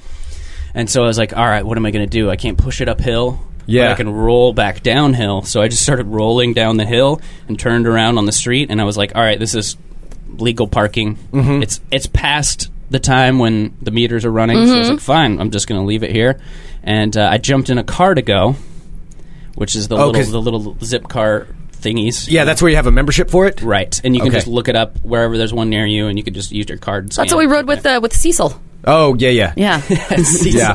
G: And so I was like, all right, what am I going to do? I can't push it uphill.
E: Yeah.
G: But I can roll back downhill. So I just started rolling down the hill and turned around on the street. And I was like, all right, this is legal parking. It's, it's past the time when the meters are running. So I was like, fine, I'm just going to leave it here. And uh, I jumped in a car to go, which is the,
E: Oh, 'cause-
G: little, the little zip car thingies.
E: Yeah, that's where you have a membership for it.
G: Right. And you can
E: Okay.
G: just look it up wherever there's one near you and you can just use your card. and
F: That's
G: scan
F: what we
G: it. [LAUGHS]
F: rode with uh, with Cecil.
E: Oh yeah, yeah,
F: Yeah. [LAUGHS]
E: yeah.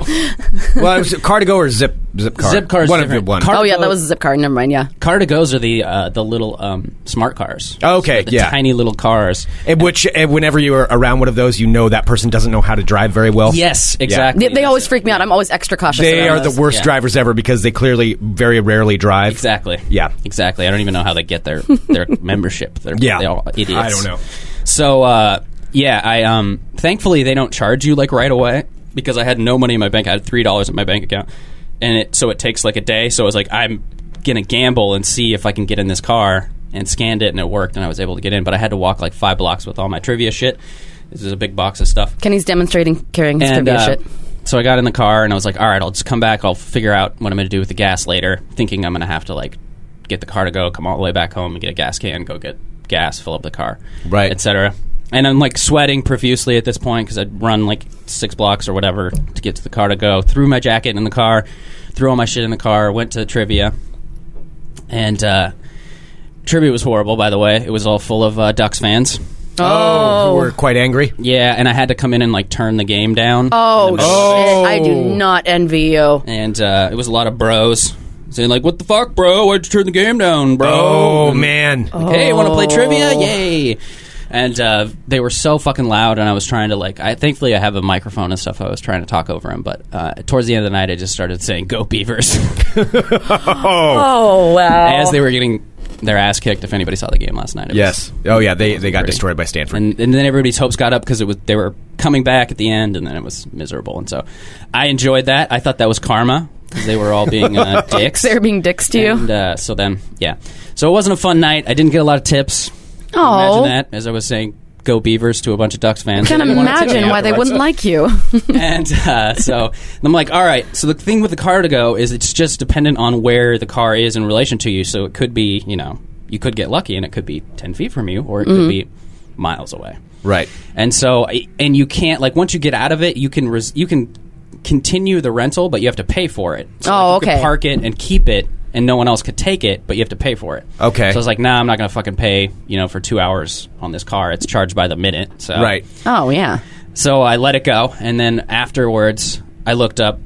E: well, it was Cardigo or Zip Zip Car.
G: Zip Car's
E: one of
G: different.
E: the one.
G: Car-
F: oh yeah, that was a zip card. Never mind. Yeah.
G: Cardigos are the uh, the little um, smart cars.
E: Oh, Okay,
G: the
E: yeah.
G: tiny little cars.
E: And Eh, which and whenever you are around one of those, you know that person doesn't know how to drive very well.
G: Yes, exactly.
F: They, they
G: That's
F: always
G: it.
F: freak me out. I'm always extra cautious.
E: They
F: around
E: are the
F: those.
E: worst
G: yeah.
E: drivers ever because they clearly very rarely drive.
G: Exactly.
E: Yeah.
G: Exactly. I don't even know how they get their
E: [LAUGHS]
G: their membership. They're
E: Yeah.
G: they're all idiots.
E: I don't know.
G: So uh, yeah, I um thankfully they don't charge you like right away because I had no money in my bank. I had three dollars in my bank account. and it so it takes like a day. So I was like, I'm gonna gamble and see if I can get in this car, and scanned it, and it worked, and I was able to get in. But I had to walk like five blocks with all my trivia shit. This is a big box of stuff.
F: Kenny's demonstrating carrying his
G: And,
F: trivia
G: uh,
F: shit.
G: So I got in the car and I was like, all right, I'll just come back. I'll figure out what I'm going to do with the gas later, thinking I'm going to have to like get the car to go, come all the way back home and get a gas can, go get gas, fill up the car,
E: Right.
G: etc. And I'm like sweating profusely at this point because I'd run like six blocks or whatever to get to the car to go. Threw my jacket in the car, threw all my shit in the car, went to trivia, and uh, trivia was horrible. By the way, it was all full of uh, Ducks fans.
E: Oh, we're quite angry.
G: Yeah, and I had to come in and like turn the game down.
F: Oh,
E: Oh.
F: shit! I do not envy you.
G: and uh, it was a lot of bros saying like, "What the fuck, bro? Why'd you turn the game down, bro?"
E: Oh man, Oh.
G: Hey, want to play trivia? Yay! And uh, they were so fucking loud, and I was trying to like. I thankfully I have a microphone and stuff. I was trying to talk over him, but uh, towards the end of the night, I just started saying "Go Beavers" [LAUGHS]
F: Oh wow!
G: as they were getting their ass kicked. If anybody saw the game last night, it was-
E: yes. Oh yeah, they they got
G: Pretty.
E: destroyed by Stanford.
G: and and then everybody's hopes got up because it was they were coming back at the end, and then it was miserable. And so I enjoyed that. I thought that was karma because they were all being
E: [LAUGHS]
G: uh, dicks.
F: They're being dicks to you.
G: And uh, so then, yeah. So it wasn't a fun night. I didn't get a lot of tips.
F: Oh,
G: Imagine that, as I was saying, go Beavers to a bunch of Ducks fans.
F: can't
G: They didn't want to tip
F: imagine
G: me
F: why they
G: afterwards. [LAUGHS]
F: wouldn't like you. [LAUGHS]
G: And uh, so and I'm like, all right. So the thing with the car to go is it's just dependent on where the car is in relation to you. So it could be, you know, you could get lucky and it could be 10 feet from you or it
F: Mm-hmm.
G: could be miles away.
E: Right.
G: And so, I- and you can't like once you get out of it, you can res- you can continue the rental, but you have to pay for it. So,
F: Oh,
G: like, you could
F: okay.
G: park it and keep it, and no one else could take it, but you have to pay for it.
E: Okay.
G: So I was like, nah, I'm not gonna fucking pay, you know, for two hours on this car. It's charged by the minute. So
E: Right.
F: Oh yeah.
G: So I let it go, and then afterwards, I looked up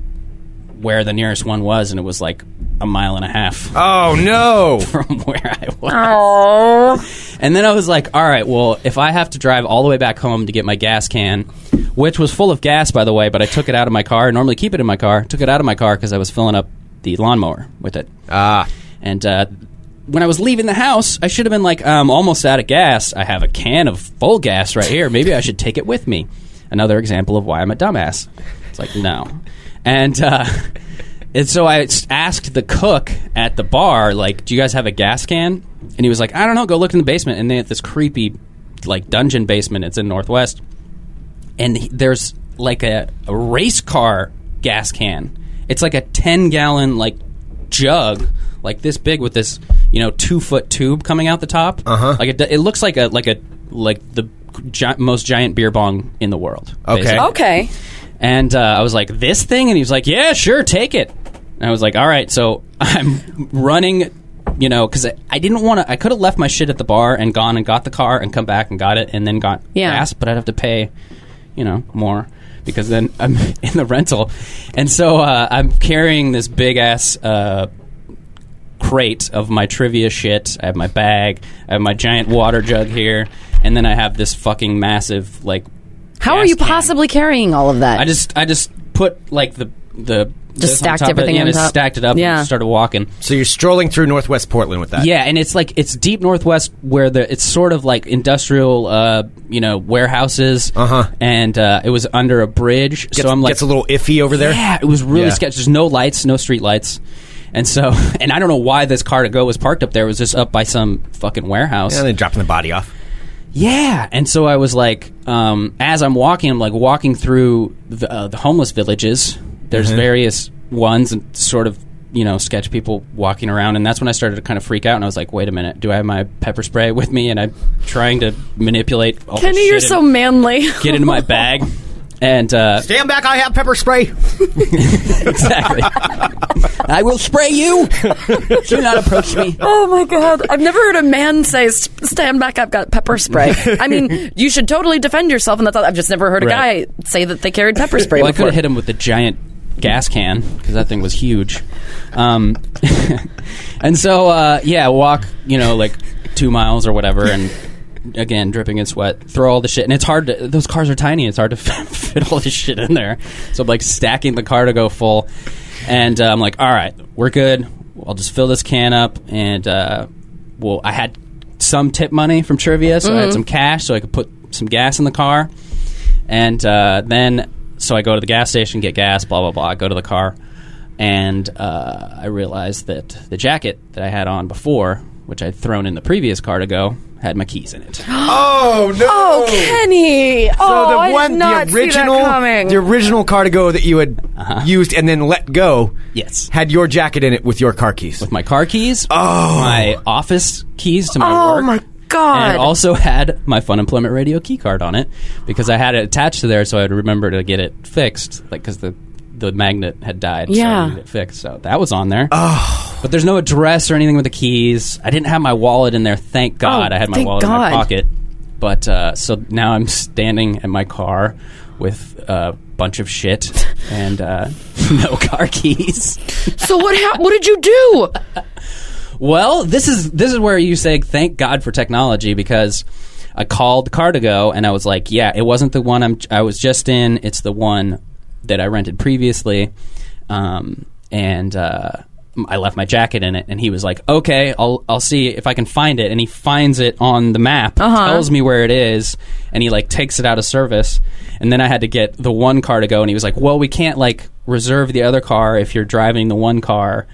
G: where the nearest one was, and it was like a mile and a half
E: Oh no.
G: [LAUGHS] from where I was. And then I was like, all right, well, if I have to drive all the way back home to get my gas can, which was full of gas, by the way, but I took it out of my car. I normally keep it in my car. Took it out of my car because I was filling up the lawnmower with it.
E: Ah.
G: And uh, when I was leaving the house, I should have been like, I'm almost out of gas. I have a can of full gas right here. Maybe I should take it with me. Another example of why I'm a dumbass. It's like, no. And, uh, and so I s- asked the cook at the bar, like, do you guys have a gas can? And he was like, I don't know. Go look in the basement. And they had this creepy, like, dungeon basement. It's in Northwest and he- there's like a, a race car gas can. It's like a ten gallon like jug, like this big with this you know two foot tube coming out the top. Uh huh. Like it, d- it looks like a like a like the gi- most giant beer bong in the world.
E: Okay.
G: basically.
F: Okay.
G: And uh, I was like, this thing? And he was like, yeah, sure, take it. And I was like, all right. So [LAUGHS] I'm running, you know, because I, I didn't want to, I could have left my shit at the bar and gone and got the car and come back and got it and then got
F: Yeah.
G: gas, but I'd have to pay, you know, more because then I'm [LAUGHS] in the rental. And so uh, I'm carrying this big ass. Uh, crate of my trivia shit. I have my bag. I have my giant water jug here, and then I have this fucking massive like.
F: How are
G: gas
F: you
G: can.
F: possibly carrying all of that?
G: I just I just put like the the this on
F: stacked
G: top of it,
F: everything
G: yeah,
F: on
G: and just
F: top.
G: stacked it up
F: Yeah.
G: and started walking.
E: So you're strolling through Northwest Portland with that.
G: Yeah, and it's like it's deep northwest where the it's sort of like industrial uh you know warehouses.
E: Uh-huh.
G: And uh it was under a bridge,
E: Gets,
G: so I'm like
E: gets a little iffy over there.
G: yeah, it was really
E: Yeah.
G: sketchy. There's no lights, no street lights. And so, [LAUGHS] and I don't know why this car to go was parked up there. It was just up by some fucking warehouse.
E: And then dropping the body off.
G: Yeah, and so I was like, um, as I'm walking, I'm like walking through the, uh, the homeless villages. There's various ones and sort of you know sketch people walking around, and that's when I started to kind of freak out, and I was like, wait a minute, do I have my pepper spray with me? And I'm trying to manipulate. All
F: Kenny,
G: this
F: you're
G: shit
F: so
G: and [LAUGHS]
F: manly.
G: get into my bag, and uh, [LAUGHS]
E: Damn back! I have pepper spray.
F: [LAUGHS]
G: exactly, I will spray you. do not approach me.
F: Oh my god! I've never heard a man say, "S- "Stand back! I've got pepper spray."
G: [LAUGHS]
F: I mean, you should totally defend yourself, and that's all. I've just never heard a
G: Right.
F: guy say that they carried pepper spray.
G: Well, I could
F: before.
G: have hit him with the giant gas can because that thing was huge. Um, [LAUGHS] and so, uh, yeah, walk, you know, like two miles or whatever, and again, dripping in sweat, throw all the shit. And it's hard to, those cars are tiny, it's hard to [LAUGHS] fit all this shit in there. So I'm like stacking the car to go full. And uh, I'm like, all right, we're good. I'll just fill this can up. And, uh, well, I had some tip money from trivia, so I had some cash so I could put some gas in the car. And uh, then, so I go to the gas station, get gas, blah, blah, blah. I go to the car. and uh, I realized that the jacket that I had on before, which I'd thrown in the previous car to go, had my keys in it. [GASPS]
E: Oh no!
F: Oh, Kenny!
E: So
F: oh,
E: the
F: I
E: one,
F: did not
E: the original,
F: see that coming.
E: the original Cardigo that you had used and then let go,
G: Uh-huh. Yes.
E: had your jacket in it with your car keys.
G: with my car keys, my office keys to my
F: Oh,
G: work.
F: my God.
G: And it also had my Fun Employment Radio key card on it because I had it attached to there, so I'd remember to get it fixed, like because the the magnet had died. so
F: Yeah.
G: I needed it fixed. So that was on there. Oh. But there's no address or anything with the keys. I didn't have my wallet in there. Thank God, I had my
F: Oh, thank
G: wallet in my
F: God.
G: pocket. But uh, so now I'm standing in my car with a bunch of shit and uh, [LAUGHS] no car keys.
F: so what? hap what did you do?
G: Well, this is this is where you say thank God for technology because I called Cardigo and I was like, yeah, it wasn't the one I'm I was just in. It's the one that I rented previously, um, and uh, I left my jacket in it. And he was like, okay, I'll I'll see if I can find it. And he finds it on the map, tells me where it is, and he like takes it out of service. And then I had to get the one car to go, and he was like, well, we can't like reserve the other car if you're driving the one car.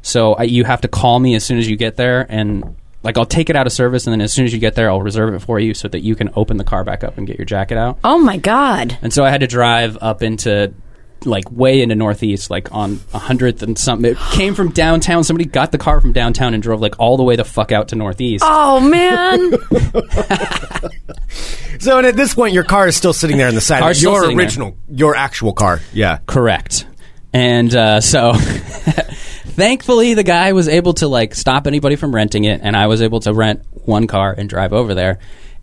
G: So I, you have to call me as soon as you get there, and like I'll take it out of service, and then as soon as you get there, I'll reserve it for you so that you can open the car back up and get your jacket out.
F: Oh my God!
G: And so I had to drive up into like way into northeast, like on a hundredth and something. It came from downtown. Somebody got the car from downtown and drove like all the way the fuck out to northeast.
F: Oh man!
E: So and at this point, your car is still sitting there on the side. of
G: Car's
E: it.
G: still
E: your
G: sitting there.
E: original, your actual car. Yeah.
G: Correct. And uh, so, [LAUGHS] thankfully, the guy was able to like stop anybody from renting it, and I was able to rent one car and drive over there.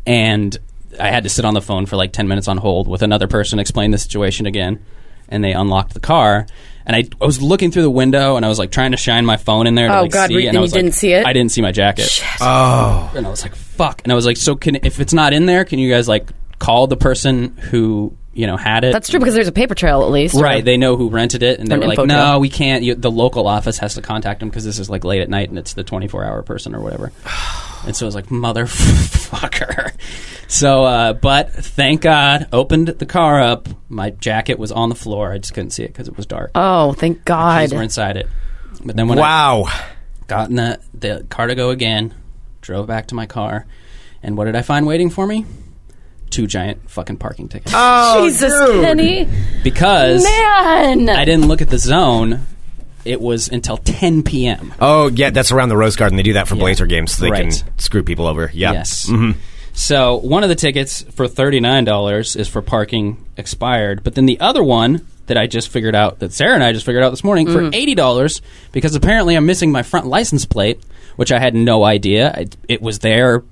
G: And I had to sit on the phone for like ten minutes on hold with another person, explain the situation again, and they unlocked the car. And I, I was looking through the window, and I was like trying to shine my phone in there. To,
F: Oh,
G: like,
F: God,
G: see,
F: were you-
G: and I
F: and
G: was,
F: you didn't
G: like-
F: see it?
G: I didn't see my jacket.
E: Oh.
G: And I was like, "Fuck!" And I was like, "So can if it's not in there, can you guys like call the person who you know had it?"
F: [LAUGHS] That's true because there's a paper trail at least.
G: Right, they know who rented it, and they
F: An
G: were like,
F: info
G: "No,
F: trail.
G: we can't." You, the local office has to contact them because this is like late at night, and it's the twenty-four hour person or
F: [SIGHS]
G: whatever. and so I was like, "Motherfucker!" [LAUGHS] So, uh, but thank God, opened the car up. My jacket was on the floor. I just couldn't see it because it was dark.
F: Oh, thank God!
G: Keys were inside it. But then when I
E: Wow.
G: got in the, the car to go again, drove back to my car, and what did I find waiting for me? Two giant fucking parking tickets.
F: Oh,
E: Oh,
F: Jesus, Kenny,
G: because
F: Ah, man!
G: I didn't look at the zone. It was until 10 p.m.
F: Ah.
E: Oh yeah, that's around the Rose Garden. They do that for Blazer games. So they
G: Right.
E: can screw people over. Yeah.
G: Yes.
F: Mm-hmm.
G: So one of the tickets for $39 is for parking expired, but then the other one that I just figured out, that Sarah and I just figured out this morning, for
F: Mm-hmm.
G: $80 because apparently I'm missing my front license plate, which I had no idea. I, it was there,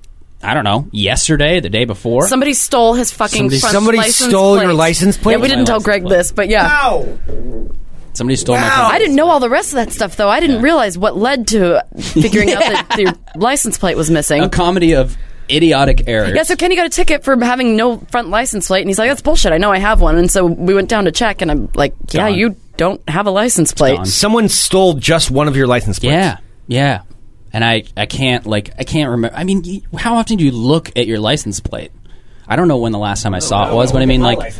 G: I don't know, yesterday, the day before.
F: Somebody stole his fucking.
G: Somebody-
F: front
E: Somebody
F: license
E: stole
F: plate.
E: your license plate.
F: Yeah, we didn't tell
G: license
F: Greg
G: plate.
F: this, but yeah.
E: Wow.
G: Somebody stole my front
F: I didn't know all the rest of that stuff, though. I didn't realize what led to figuring
G: [LAUGHS]
F: out that your license plate was missing.
G: A comedy of idiotic errors.
F: Yeah, so Kenny got a ticket for having no front license plate, and he's like, "That's bullshit. I know I have one." And so we went down to check, and I'm like, "Yeah,
G: Gone.
F: you don't have a license plate."
G: gone.
E: Someone stole just one of your license plates.
G: Yeah, yeah. And I, I can't like I can't remember. I mean, y- how often do you look at your license plate? I don't know when the last time I saw it was, but I mean, like,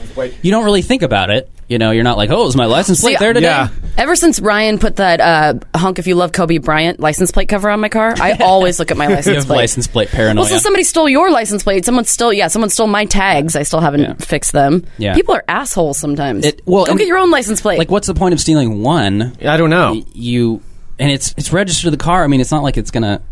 G: you don't really think about it. You know, you're not like, oh, is my license plate
F: See,
G: there today?
E: yeah.
F: Ever since Ryan put that uh, "Hunk If You Love Kobe Bryant" license plate cover on my car,
G: [LAUGHS]
F: I always look at my
G: You
F: license
G: have
F: plate.
G: license plate Oh, paranoia.
F: well, so somebody stole your license plate. Someone stole, yeah, someone stole my tags. I still haven't
G: Yeah.
F: fixed them.
G: Yeah.
F: People are assholes sometimes.
G: It- well,
F: go
G: and-
F: get your own license plate.
G: like, what's the point of stealing one?
E: I don't know.
G: You and it's it's registered to the car. I mean, it's not like it's gonna,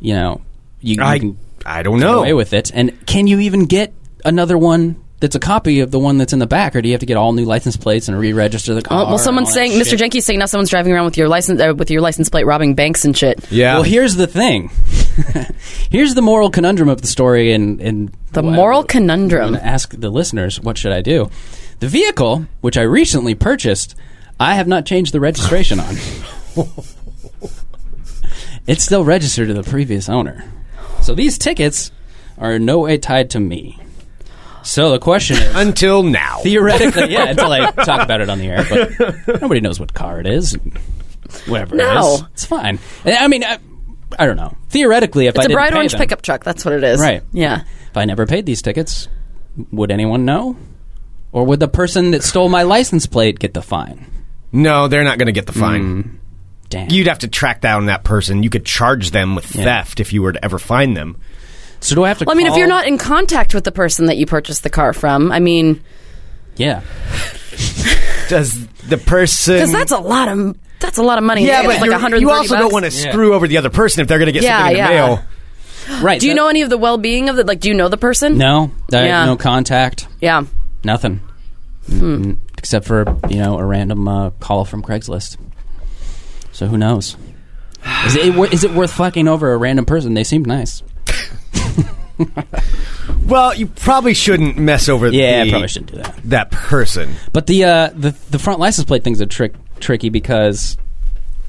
G: you know, you, you
E: I
G: can
E: I don't
G: get
E: know.
G: away with it. And can you even get another one? That's a copy of the one that's in the back, or do you have to get all new license plates and re-register the car?
F: well,
G: and
F: someone's
G: all that
F: saying,
G: shit?
F: Mr. Jenkins saying now someone's driving around with your license uh, with your license plate, robbing banks and shit.
E: Yeah.
G: Well, here's the thing. [LAUGHS] here's the moral conundrum of the story, and and
F: The
G: well,
F: moral
G: I'm
F: conundrum.
G: gonna ask the listeners, what should I do? The vehicle, which I recently purchased, I have not changed the registration
F: [LAUGHS]
G: on. it's still registered to the previous owner. So these tickets are in no way tied to me. So the question is,
E: until now.
G: theoretically, yeah, until I talk about it on the air. But nobody knows what car it is. and Whatever
F: No.
G: it is, it's fine. And I mean, I, I don't know. Theoretically, if I
F: It's a
G: didn't
F: bright
G: pay
F: orange
G: them-
F: pickup truck. That's what it is.
G: Right.
F: Yeah.
G: if I never paid these tickets, would anyone know, or would the person that stole my license plate get the fine?
E: No, they're not going to get the
G: Mm.
E: fine.
G: Damn.
E: You'd have to track down that person. You could charge them with theft if you were to ever find them.
G: so do I have to?
F: Well, I mean, if
G: call-
F: you're not in contact with the person that you purchased the car from, I mean,
G: yeah,
E: Does the person?
F: because that's a lot of that's a lot of money.
E: yeah,
F: It's
E: but
F: like
E: you're-
F: 130
E: you also don't
F: bucks.
E: want to
G: Yeah.
E: screw over the other person if they're going to get
F: Yeah,
E: something in the
F: yeah.
E: mail.
G: right.
F: Do you
G: that-
F: know any of the well-being of the like? Do you know the person?
G: No, I-
F: Yeah.
G: no contact,
F: Yeah.
G: nothing,
F: Hmm.
G: Mm, except for you know a random uh, call from Craigslist. So who knows? Is it wor- is it worth fucking over a random person? They seem nice.
E: Well, you probably shouldn't mess over.
G: Yeah,
E: the,
G: I probably shouldn't do that.
E: That person.
G: But the uh, the the front license plate thing's a trick tricky because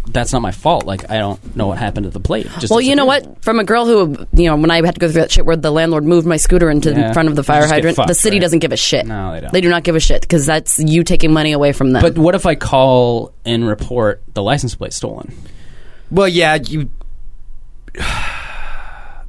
G: that's not my fault. Like I don't know what happened to the plate. It Just
F: Well, you know
G: disappeared.
F: what? From a girl who, you know, when I had to go through that shit where the landlord moved my scooter into
G: Yeah.
F: the front of the
G: You
F: fire
G: just get
F: hydrant,
G: fucked,
F: the city
G: right?
F: doesn't give a shit.
G: No, they don't.
F: They do not give a shit because that's you taking money away from them.
G: But what if I call and report the license plate stolen?
E: Well, yeah, you. [SIGHS]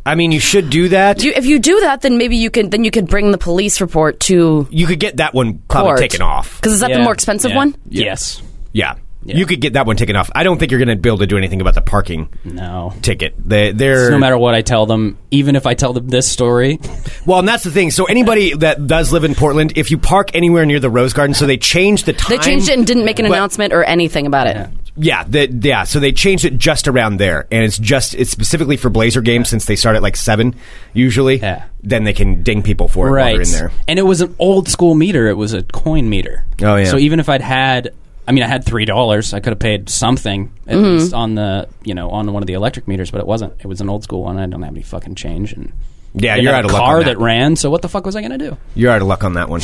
E: I mean, you should do that.
F: Do you, if you do that, then maybe you can then you could bring the police report to
E: You could get that one probably
F: court.
E: taken Oh, off.
F: Because is that the
G: Yeah.
F: more expensive
G: Yeah.
F: one?
G: Yes.
E: Yeah. you could get that one taken off. I don't think you're going to be able to do anything about the parking
G: No.
E: ticket. They, they're
G: No matter what I tell them, even if I tell them this story,
E: Well, and that's the thing. So anybody that does live in Portland, if you park anywhere near the Rose Garden, so they changed the
F: They
E: time.
F: changed it and didn't make an
E: But-
F: announcement or anything about it.
E: Yeah, the, yeah. So they changed it just around there, and it's just it's specifically for Blazer games since they start at like seven usually.
G: Yeah.
E: Then they can ding people for it while
G: right
E: they're in there.
G: and it was an old school meter. It was a coin meter.
E: Oh, yeah.
G: So even if I'd had, I mean, I had three dollars. I could have paid something at least on the you know on one of the electric meters, but it wasn't. It was an old school one. I don't have any fucking change. And
E: Yeah,
G: I
E: you're
G: had a
E: out of luck.
G: car
E: on that.
G: that ran. So what the fuck was I gonna do?
E: You're out of luck on
G: [LAUGHS]
E: that one.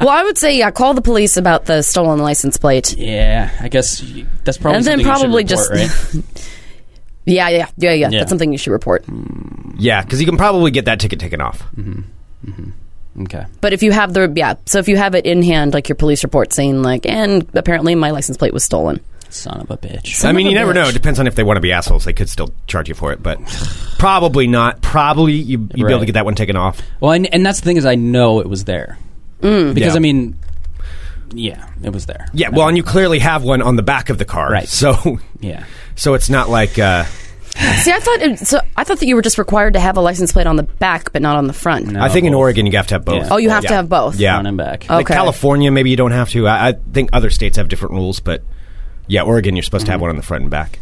F: Well, I would say yeah, call the police about the stolen license plate.
G: Yeah, I guess y- that's probably
F: And then
G: something you should
F: probably
G: report,
F: just-
G: right?
F: Yeah, yeah, yeah, yeah.
G: Yeah.
F: That's something you should report.
E: yeah, because you can probably get that ticket taken off.
G: Mm-hmm. okay.
F: But if you have the yeah, so if you have it in hand, like your police report saying like, and apparently my license plate was stolen.
G: Son of a bitch.
E: I
F: Son
E: mean,
F: of
E: you
F: a
E: never
F: bitch.
E: know. It depends on if they want to be assholes. They could still charge you for
G: [SIGHS]
E: it, but probably not. Probably you, you'd be able to
G: Right.
E: get that one taken off.
G: Well, and, and that's the thing is, I know it was there because
E: Yeah.
G: I mean, yeah, it was there.
E: Yeah, well, and you clearly have one on the back of the car,
G: Right.
E: So, [LAUGHS]
G: yeah.
E: so it's not like uh,
F: See, I thought it, so. I thought that you were just required to have a license plate on the back, but not on the front.
E: I think in
G: both.
E: Oregon you have to have both.
G: Yeah.
F: Oh, you have
E: Yeah.
F: to have both.
E: Yeah.
G: front and back.
F: Oh.
E: Like
F: Okay.
E: California, maybe you don't have to. I, I think other states have different rules, but yeah, Oregon, you're supposed
G: Mm-hmm.
E: to have one on the front and back.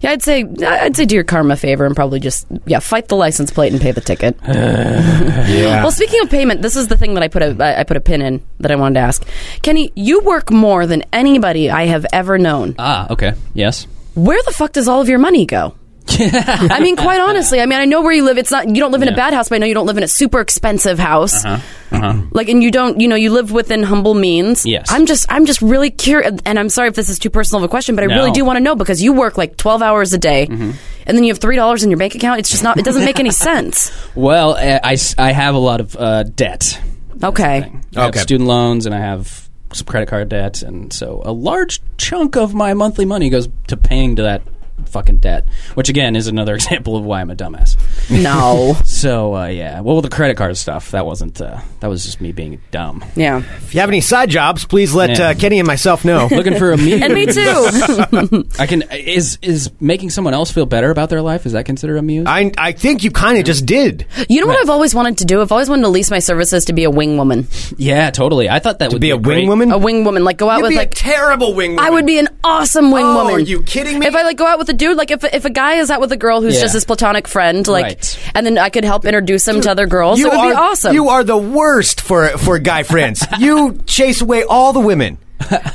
F: Yeah, I'd say I'd say do your karma a favor and probably just yeah fight the license plate and pay the ticket.
E: Yeah.
F: Well, speaking of payment, this is the thing that I put a I I put a pin in that I wanted to ask. Kenny, you work more than anybody I have ever known.
G: Ah, okay. Yes.
F: Where the fuck does all of your money go? I mean,
G: [LAUGHS]
F: quite honestly, I mean, I know where you live. It's not you don't live in a
G: Yeah.
F: bad house, but I know you don't live in a super expensive house.
G: Uh-huh.
F: Like, and you don't, you know, you live within humble means.
G: Yes.
F: I'm just, I'm just really curious, and I'm sorry if this is too personal of a question, but I really
G: No. Mm-hmm.
F: do want to know because you work like 12 hours a day, and then you have three dollars in your bank account. It's just not, it doesn't make
G: [LAUGHS]
F: any sense.
G: Well, I, I s- I have a lot of uh, debt.
F: Okay.
G: I have
E: Okay.
G: student loans and I have some credit card debt, and so a large chunk of my monthly money goes to paying to that fucking debt, which again is another [LAUGHS] example of why I'm a
E: [LAUGHS]
G: dumbass. [LAUGHS]
F: No.
G: So uh, yeah, well, the credit card stuff that wasn't uh, that was just me being dumb.
F: yeah.
E: If you have any side jobs, please let
G: Yeah.
E: uh, Kenny [LAUGHS] and
G: [LAUGHS]
E: myself know.
G: Looking for a meeting.
F: And
G: [LAUGHS]
F: me too.
G: I can is is making someone else feel better about their life. Is that considered a muse?
E: I I think you kind of just did
F: you know what I've always wanted to do? I've always wanted to lease my services to be a wing woman.
G: yeah, totally. I thought that would
E: be a
G: great-
E: wing woman.
F: A wing woman. Like go out
E: You'd
F: with
E: be
F: like
E: a terrible wing.
F: I would be an awesome wing
E: Oh,
F: woman.
E: are you kidding me?
F: If I like go out with a dude, like if if a guy is out with a girl who's
G: Yeah.
F: just his platonic friend, like,
G: Right.
F: and then I could help introduce him to other girls,
E: You
F: it would
E: are
F: be awesome.
E: You are the worst for for guy
F: [LAUGHS]
E: friends. you chase away all the women.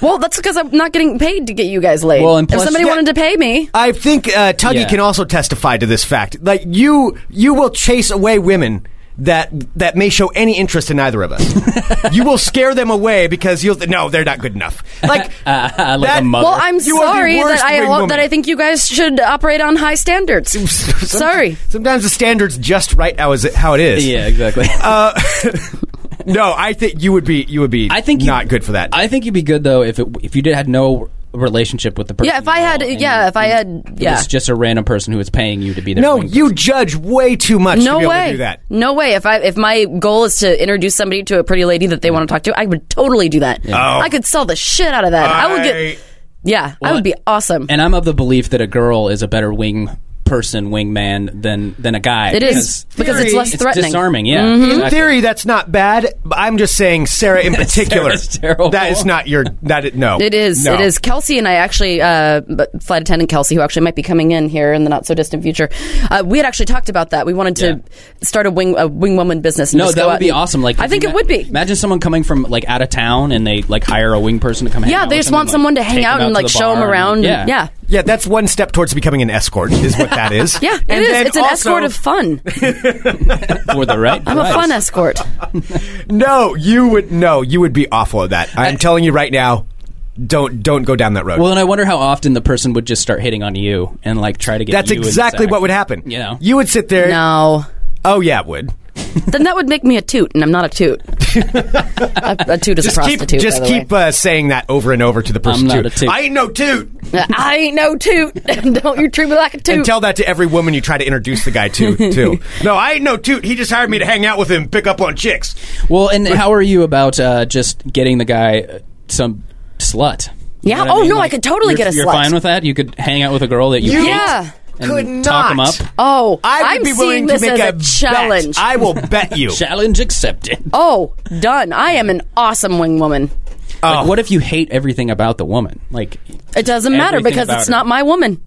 F: well, that's because I'm not getting paid to get you guys laid.
G: Well, and
F: if
G: plus-
F: somebody
E: Yeah.
F: wanted to pay me,
E: I think uh, Tuggy
G: Yeah.
E: can also testify to this fact. Like you, you will chase away women that that may show any interest in either
G: [LAUGHS]
E: of us. you will scare them away because you'll no, they're not good enough. Like,
G: Uh, like
E: that-
G: a mother.
F: well, I'm
E: You are the
F: sorry
E: worst
F: that I
E: wing
F: well,
E: woman.
F: that I think you guys should operate on high standards.
E: [LAUGHS]
F: sorry.
E: Sometimes the standards just right how is it how it is.
G: [LAUGHS] yeah,
E: [LAUGHS]
G: exactly.
E: No, I think you would be you would be.
G: I think you-
E: not good for that.
G: I think you'd be good though if it, if you did had no relationship with the person.
F: Yeah, if I
G: at
F: had,
G: all, and
F: yeah, if I had, yeah.
G: it's just a random person who was paying you to be there.
E: No, you judge way too much to
F: no
E: be
F: way.
E: able to do that.
F: No way. If I if my goal is to introduce somebody to a pretty lady that they want to talk to, I would totally do that.
E: Oh.
F: I could sell the shit out of that. I, would get. Yeah, I would be awesome.
G: And I'm of the belief that a girl is a better wing person, wingman than than a guy.
F: it is because it's less
G: it's
F: threatening. Mm-hmm.
G: disarming. Yeah,
E: In
G: exactly.
E: theory, that's not bad. but I'm just saying, Sarah
G: [LAUGHS]
E: in particular.
G: Sarah's terrible.
E: That is not your. That is, no.
F: It is.
E: No.
F: It is. Kelsey and I actually, uh, but flight attendant Kelsey, who actually might be coming in here in the not so distant future, uh, we had actually talked about that. We wanted to start a wing a wing woman business. And
G: No,
F: just
G: that
F: go out
G: would be
F: and-
G: awesome. Like,
F: I think
G: ima-
F: it would be.
G: Imagine someone coming from like out of town and they like hire a wing person to come. hang
F: Yeah,
G: out
F: they
G: with
F: just
G: them
F: want
G: and,
F: someone to
G: like,
F: hang
G: take
F: out
G: them
F: and
G: to
F: like
G: the
F: show them
G: bar and-
F: around.
G: yeah,
F: and- yeah.
E: Yeah, that's one step towards becoming an escort, is what that is.
F: [LAUGHS] Yeah, it
E: And
F: is.
E: then
F: It's an
E: also-
F: escort of fun.
G: [LAUGHS] for the right.
F: I'm a fun escort.
E: No, you would. No, you would be awful at
F: Uh,
E: that. I'm telling you right now. Don't don't go down that road.
G: Well, and I wonder how often the person would just start hitting on you and like try to get.
E: that's
G: you in the
E: exactly
G: sack.
E: what would happen.
G: You know.
E: you would sit there.
F: No,
E: Oh yeah, it would.
F: then that would make me a toot, and I'm not
G: [LAUGHS]
F: a toot. a, a toot is
E: Just
F: a
E: keep
F: prostitute.
E: just
F: by the
E: keep uh, saying that over and over to the person.
G: I'm not
E: too.
G: a toot.
E: I ain't no toot.
F: way. I ain't no toot. [LAUGHS] Don't you treat me like a toot.
E: And tell that to every woman you try to introduce the guy to.
F: [LAUGHS]
E: Too. no, I ain't no toot. He just hired me to hang out with him, and pick up on chicks.
G: Well, and how are you about uh, just getting the guy uh, some slut? You
F: Yeah.
G: know what
F: Oh, no, I could totally
G: you're-
F: get a
G: You're
F: slut.
G: fine with that. You could hang out with a girl that you
E: You
G: hate
F: Yeah.
G: and
E: could
G: talk 'em
E: not.
G: up.
F: oh,
E: I would
F: am
E: be willing
F: seeing
E: to
F: this
E: make
F: as
E: a
F: a
E: bet.
F: challenge.
E: I will bet
F: [LAUGHS]
E: you.
G: Challenge accepted.
F: Oh, done. I am an awesome wing woman.
G: Like, what if you hate everything about the woman? Like,
F: It doesn't matter
G: Everything
F: because
G: about
F: it's
G: her.
F: not my woman.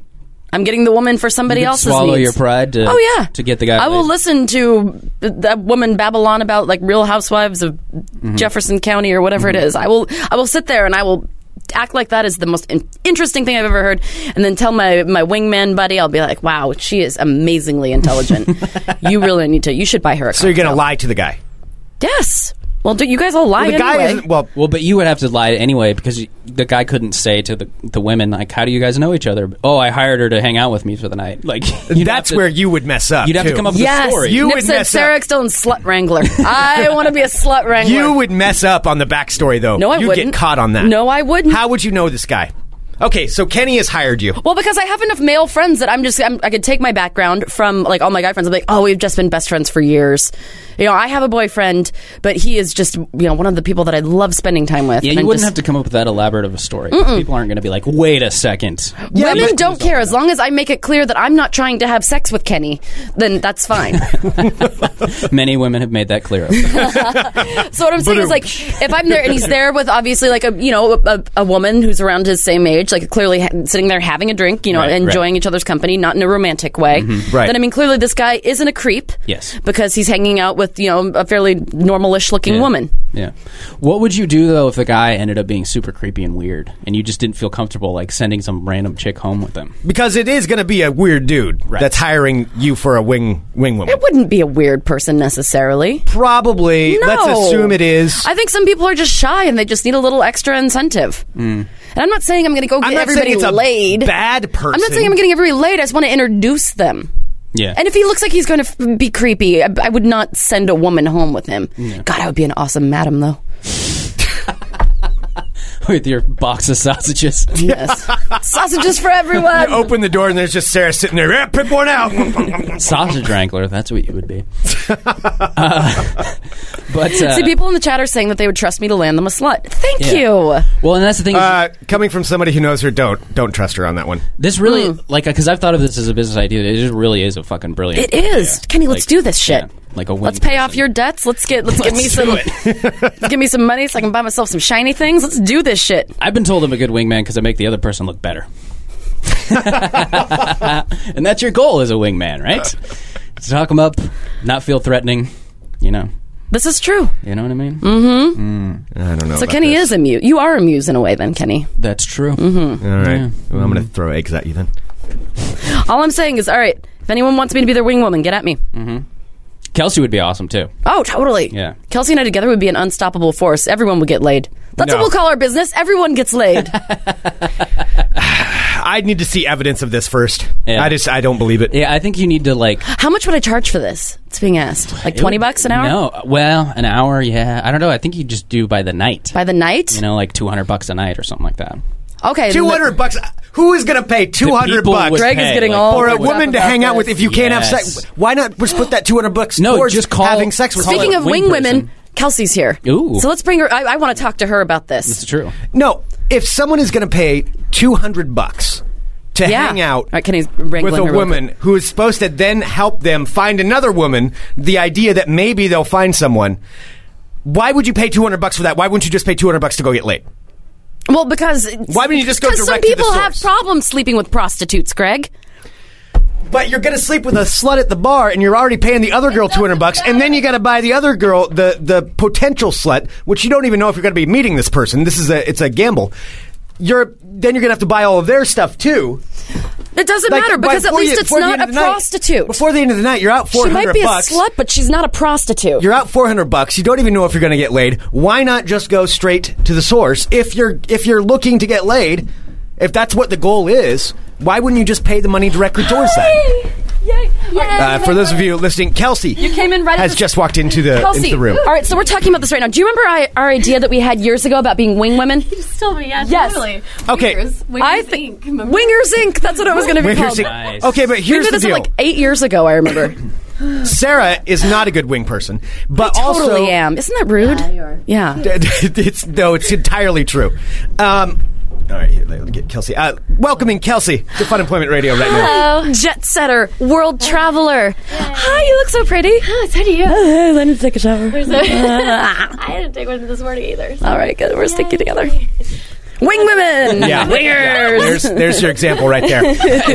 F: I'm getting the woman for somebody
G: could
F: else's
G: swallow
F: needs.
G: your pride to-
F: oh yeah
G: to get the guy
F: I will
G: laid.
F: listen to that woman babble on about like Real Housewives of
G: Mm-hmm.
F: Jefferson County or whatever it is. I will I will sit there and I will act like that is the most in- interesting thing I've ever heard, and then tell my my wingman buddy I'll be like, wow, she is amazingly
G: [LAUGHS]
F: intelligent. you really need to. You should buy her a.
E: So you're gonna lie to the guy.
F: Yes. Well, do you guys all lie
E: the guy
F: anyway.
E: isn't. Well,
G: well, but you would have to lie anyway because you, the guy couldn't say to the the women like, "How do you guys know each other?" Oh, I hired her to hang out with me for the night. Like, [LAUGHS] you'd have
E: that's
G: to-
E: where you would mess up.
G: You'd have to
E: too.
G: come up with
F: Yes,
G: story.
E: You
F: Nip
E: would
F: said
E: mess
F: Sarah
E: up.
F: Stone slut wrangler. I want to be
E: [LAUGHS]
F: a slut wrangler.
E: You would mess up on the backstory, though.
F: No, I
E: You'd
F: wouldn't.
E: get caught on that.
F: No, I wouldn't.
E: How would you know this guy? Okay, so Kenny has hired you.
F: Well, because I have enough male friends that I'm just I'm, I could take my background from like all my guy friends. I'm like, oh, we've just been best friends for years. You know, I have a boyfriend, but he is just you know one of the people that I love spending time with.
G: yeah,
F: And
G: you
F: I'm
G: wouldn't
F: just-
G: have to come up with that elaborate of a story. People aren't going to be like, "Wait a second.
F: Women don't care as long as I make it clear that I'm not trying to have sex with Kenny. Then
G: [LAUGHS]
F: that's fine.
G: Many women have made that
F: [LAUGHS]
G: clear.
F: So what I'm saying
G: [LAUGHS]
F: is like, if I'm there and he's there with obviously like a you know a, a woman who's around his same age, like clearly ha- sitting there having a drink, you know,
G: Right, Mm-hmm. right.
F: enjoying each other's company, not in a romantic way.
E: Right.
F: Then I mean, clearly this guy isn't a creep.
G: Yes.
F: Because he's hanging out with you know a fairly normalish looking
G: Yeah.
F: woman.
G: Yeah. What would you do though if the guy ended up being super creepy and weird, and you just didn't feel comfortable like sending some random chick home with him?
E: Because it is going to be a weird dude that's hiring you for a wing wing woman.
F: It wouldn't be a weird person necessarily.
E: Probably.
F: No.
E: Let's assume it is.
F: I think some people are just shy and they just need a little extra incentive. And I'm not saying I'm going to go
E: Hmm. I'm
F: get
E: not
F: everybody
E: saying it's a
F: laid.
E: bad person.
F: I'm not saying I'm getting everybody laid. I just want to introduce them.
G: Yeah.
F: And if he looks like he's going to f- be creepy, I, I would not send a woman home with him. God, I would be an awesome
E: [LAUGHS]
F: madam, though.
G: with your box of sausages.
F: Yes. Sausages for everyone.
E: Open the door and there's just Sarah sitting there. "Eh, Yeah, pick one
F: [LAUGHS]
E: out.
G: Sausage wrangler. That's what you would be. Uh, [LAUGHS] but uh,
F: See, people in the chat are saying that they would trust me to land them a slut. Thank
G: Yeah.
F: you.
G: well, and that's the thing. is
E: uh, coming from somebody who knows her, don't don't trust her on that one.
G: this really,
F: mm.
G: like, because I've thought of this as a business idea. It just really is a fucking brilliant.
F: It is. Kenny, let's
G: Like,
F: do this shit.
G: yeah, like a wing
F: Let's pay off
G: person.
F: your debts. Let's get let's, give me some let's [LAUGHS] give me some money so I can buy myself some shiny things. Let's do this shit.
G: I've been told I'm a good wingman because I make the other person look better. [LAUGHS] and that's your goal as a wingman, right? to talk them up, not feel threatening. You know,
F: This is true.
G: you know what I mean.
E: I don't know.
F: So Kenny is a muse. You are a muse in a way then, Kenny.
G: That's true.
E: All right. Well, I'm
G: Mm-hmm.
E: going to throw eggs at you then.
F: All I'm saying is, all right, if anyone wants me to be their wing woman, get at me.
G: Kelsey would be awesome too.
F: Oh, totally.
G: Yeah.
F: Kelsey and I together would be an unstoppable force. Everyone would get laid. That's
E: No.
F: what we'll call our business. Everyone gets laid.
E: [LAUGHS] I need to see evidence of this first.
G: Yeah.
E: I just I don't believe it.
G: Yeah, I think you need to like
F: How much would I charge for this? It's being asked. Like 20 bucks an hour?
G: No, well, an hour. Yeah, I don't know. I think you just do by the night.
F: By the night?
G: you know, like two hundred bucks a night or something like that.
F: Okay, then
E: Two hundred bucks. Who is going to pay two hundred
G: people
E: bucks
G: would
F: Greg is
G: pay,
F: getting all
E: for a
F: would
E: woman
F: talk
E: to
F: about
E: hang out with
F: this.
E: if you can't have
G: Yes.
E: sex? Why not just put that two hundred bucks
G: No,
E: towards
G: just call-
E: having sex with?
G: call
E: her?
F: Speaking
G: it
F: of
G: wing
F: wing women,
G: person.
F: Kelsey's here.
G: Ooh.
F: So let's bring her. I, I want to talk to her about
G: It's
F: this.
G: true.
E: No, if someone is going to pay two hundred bucks to
F: Yeah.
E: hang out
F: All right, Kenny's wrangling
E: with
F: her
E: a
F: real
E: woman who is supposed to then help them find another woman, the idea that maybe they'll find someone. Why would you pay two hundred bucks for that? Why wouldn't you just pay two hundred bucks to go get laid?
F: Well, because
E: Why wouldn't you just go
F: Because some
E: direct to the
F: people have
E: source?
F: problems sleeping with prostitutes, Greg.
E: But you're gonna sleep with a slut at the bar, and you're already paying the other girl two hundred bucks, and then you gotta buy the other girl the the potential slut, which you don't even know if you're gonna be meeting this person. This is a it's a gamble. You're then you're gonna have to buy all of their stuff too.
F: It doesn't
E: Like,
F: matter
E: by-
F: because at
E: before
F: least
E: you-
F: it's
E: before the
F: not
E: end
F: a
E: of the night-
F: prostitute.
E: Before the end of the night, you're out four
F: she might
E: hundred
F: be a
E: bucks.
F: slut, but she's not a prostitute.
E: You're out four hundred bucks. You don't even know if you're gonna get laid. Why not just go straight to the source if you're if you're looking to get laid? If that's what the goal is, why wouldn't you just pay the money directly towards that?
F: Yay!
E: Uh, for those of you listening, Kelsey you
F: came in right at
E: has
F: the-
E: just walked into the
F: Kelsey,
E: into the room.
F: all right, so we're talking about this right now. Do you remember I, our idea that we had years ago about being wing women?
H: Still, yeah,
F: Yes.
H: totally.
E: Okay.
H: Wingers, wingers
F: I think
H: Inc. Remember?
F: Wingers Inc. That's what it was going to be
E: Wait, here's
F: called.
E: the-
G: Nice.
E: Okay, but
F: We
E: here's
F: did
E: the
F: this
E: deal.
F: like eight years ago. I remember. [LAUGHS]
E: Sarah is not a good wing person, but also
F: totally am. Isn't that rude? Yeah.
E: [LAUGHS] it's no, it's entirely true. Um, all right, here, let me get Kelsey. Uh, welcoming Kelsey to Fun Employment Radio right now.
F: Hello, Oh, jet setter, world traveler. Hi, you look so pretty.
H: Oh, so do you.
F: I need to take a shower. [LAUGHS]
H: [LAUGHS] I didn't take one this morning either. So.
F: All right, good. We're sticking together. Wing women.
E: Yeah,
F: [LAUGHS] Wingers.
E: There's there's your example right there.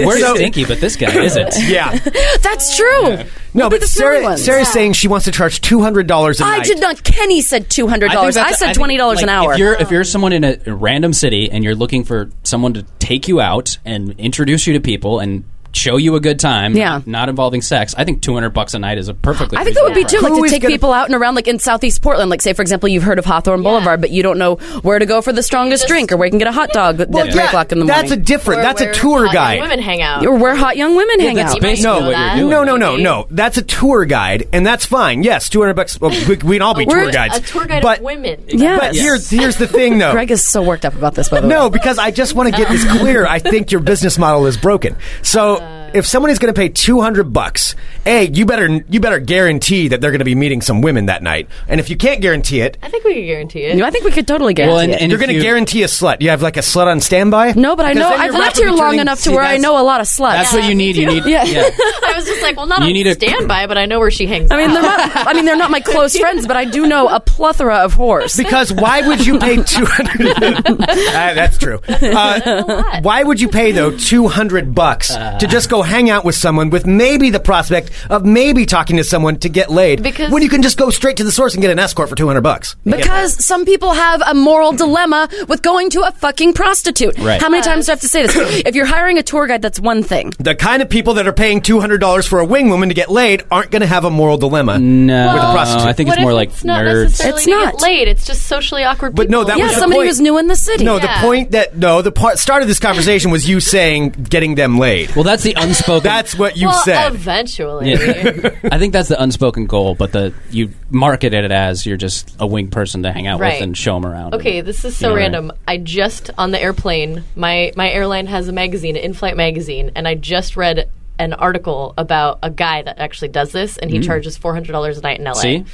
G: We're
E: So-
G: stinky, but this guy isn't.
E: Yeah,
F: [LAUGHS] That's true.
E: no,
F: Look at
E: but
F: the smelly
E: Sarah
F: ones.
E: Sarah's saying she wants to charge two hundred dollars a
F: I
E: night.
F: did not. Kenny said two hundred
G: think
F: dollars. I,
G: that's-
F: said
G: think,
F: twenty dollars an
G: like,
F: hour.
G: If you're if you're someone in a random city and you're looking for someone to take you out and introduce you to people and show you a good time,
F: Yeah.
G: not involving sex, I think two hundred bucks a night is a perfectly.
F: I think that would be too,
G: reasonable
F: like
E: Who
F: to
E: is
F: take
E: gonna-
F: people out and around, like in Southeast Portland. Like, say for example, you've heard of Hawthorne Boulevard, but you don't know where to to go for the strongest drink or where you can get a hot dog at three
E: Yeah,
F: o'clock in the morning.
E: That's a different.
H: Or
E: that's
H: where
E: a tour
H: hot young
E: guide.
H: Women hang out.
F: or where hot young women hang
G: that's
F: out.
G: basically
E: No,
G: what you're
H: that.
G: doing.
E: no, no, no, no. That's a tour guide, and that's fine. Yes, two hundred bucks. Well, we, we'd all be
F: We're-
E: tour guides.
H: A tour guide
E: but,
F: [LAUGHS]
H: of women.
F: Yes.
E: But here's here's the thing, though.
F: Greg is so worked up about this. By the
E: [LAUGHS]
F: way,
E: No, because I just want to get this clear. I think your business model is broken. So if someone is going to pay two hundred bucks, a you better you better guarantee that they're going to be meeting some women that night. And if you can't guarantee it,
H: I think we can guarantee it.
F: You know, I think we could totally guarantee
G: Well, and,
F: it.
G: and
E: you're
G: if
E: going to
G: you-
E: guarantee a slut. You have like a slut on standby.
F: No, but I
E: Because
F: know
E: then
F: I've
E: you're
F: lived here
E: rapidly
F: long
E: turning-
F: enough to
E: See,
F: where I
E: that's-
F: know a lot of sluts.
G: That's what you need. You need.
F: [LAUGHS] Yeah.
G: yeah.
H: [LAUGHS] I was just like, well, not
G: You
H: on
G: need a-
H: standby, but I know where she hangs.
F: I mean, they're not.
E: [LAUGHS]
F: I mean, they're not my close friends, but I do know a plethora of [LAUGHS] whores.
E: Because why would you pay two hundred? that's true. [LAUGHS] Uh, why would you pay though two hundred bucks to just go hang out with someone with maybe the prospect of maybe talking to someone to get laid?
H: Because-
E: when you can just go straight to the source and get an escort for two hundred bucks.
F: Because some people have a moral dilemma with going to a fucking prostitute.
G: Right.
F: How many times do I have to
E: [COUGHS]
F: say this? if you're hiring a tour guide, that's one thing.
E: the kind of people that are paying two hundred dollars for a wing woman to get laid aren't going to have a moral dilemma
G: No,
E: with a prostitute.
G: Uh, I think
H: What
G: it's more
H: if
G: like
H: it's not
G: nerds.
H: necessarily
F: It's
H: to
F: not.
H: get laid. It's just socially awkward.
E: But no,
H: people.
E: that
F: Yeah,
E: was the
F: somebody
E: point.
F: who's new in the city.
E: no,
H: Yeah.
E: the point that no, the part start of this conversation was you saying getting them laid.
G: Well,
F: [LAUGHS]
G: that's the unspoken.
E: That's what you
H: well,
E: said.
H: eventually. [LAUGHS]
G: Yeah. [LAUGHS] I think that's the unspoken goal, but the you market it as you're just a wing person to hang out
H: Right.
G: with and show them around.
H: Okay, this is
G: You
H: so
G: know what I mean?
H: random. I just on the airplane. My my airline has a magazine, an in-flight magazine, and I just read an article about a guy that actually does this, and he charges four hundred dollars a night in LA.
G: See,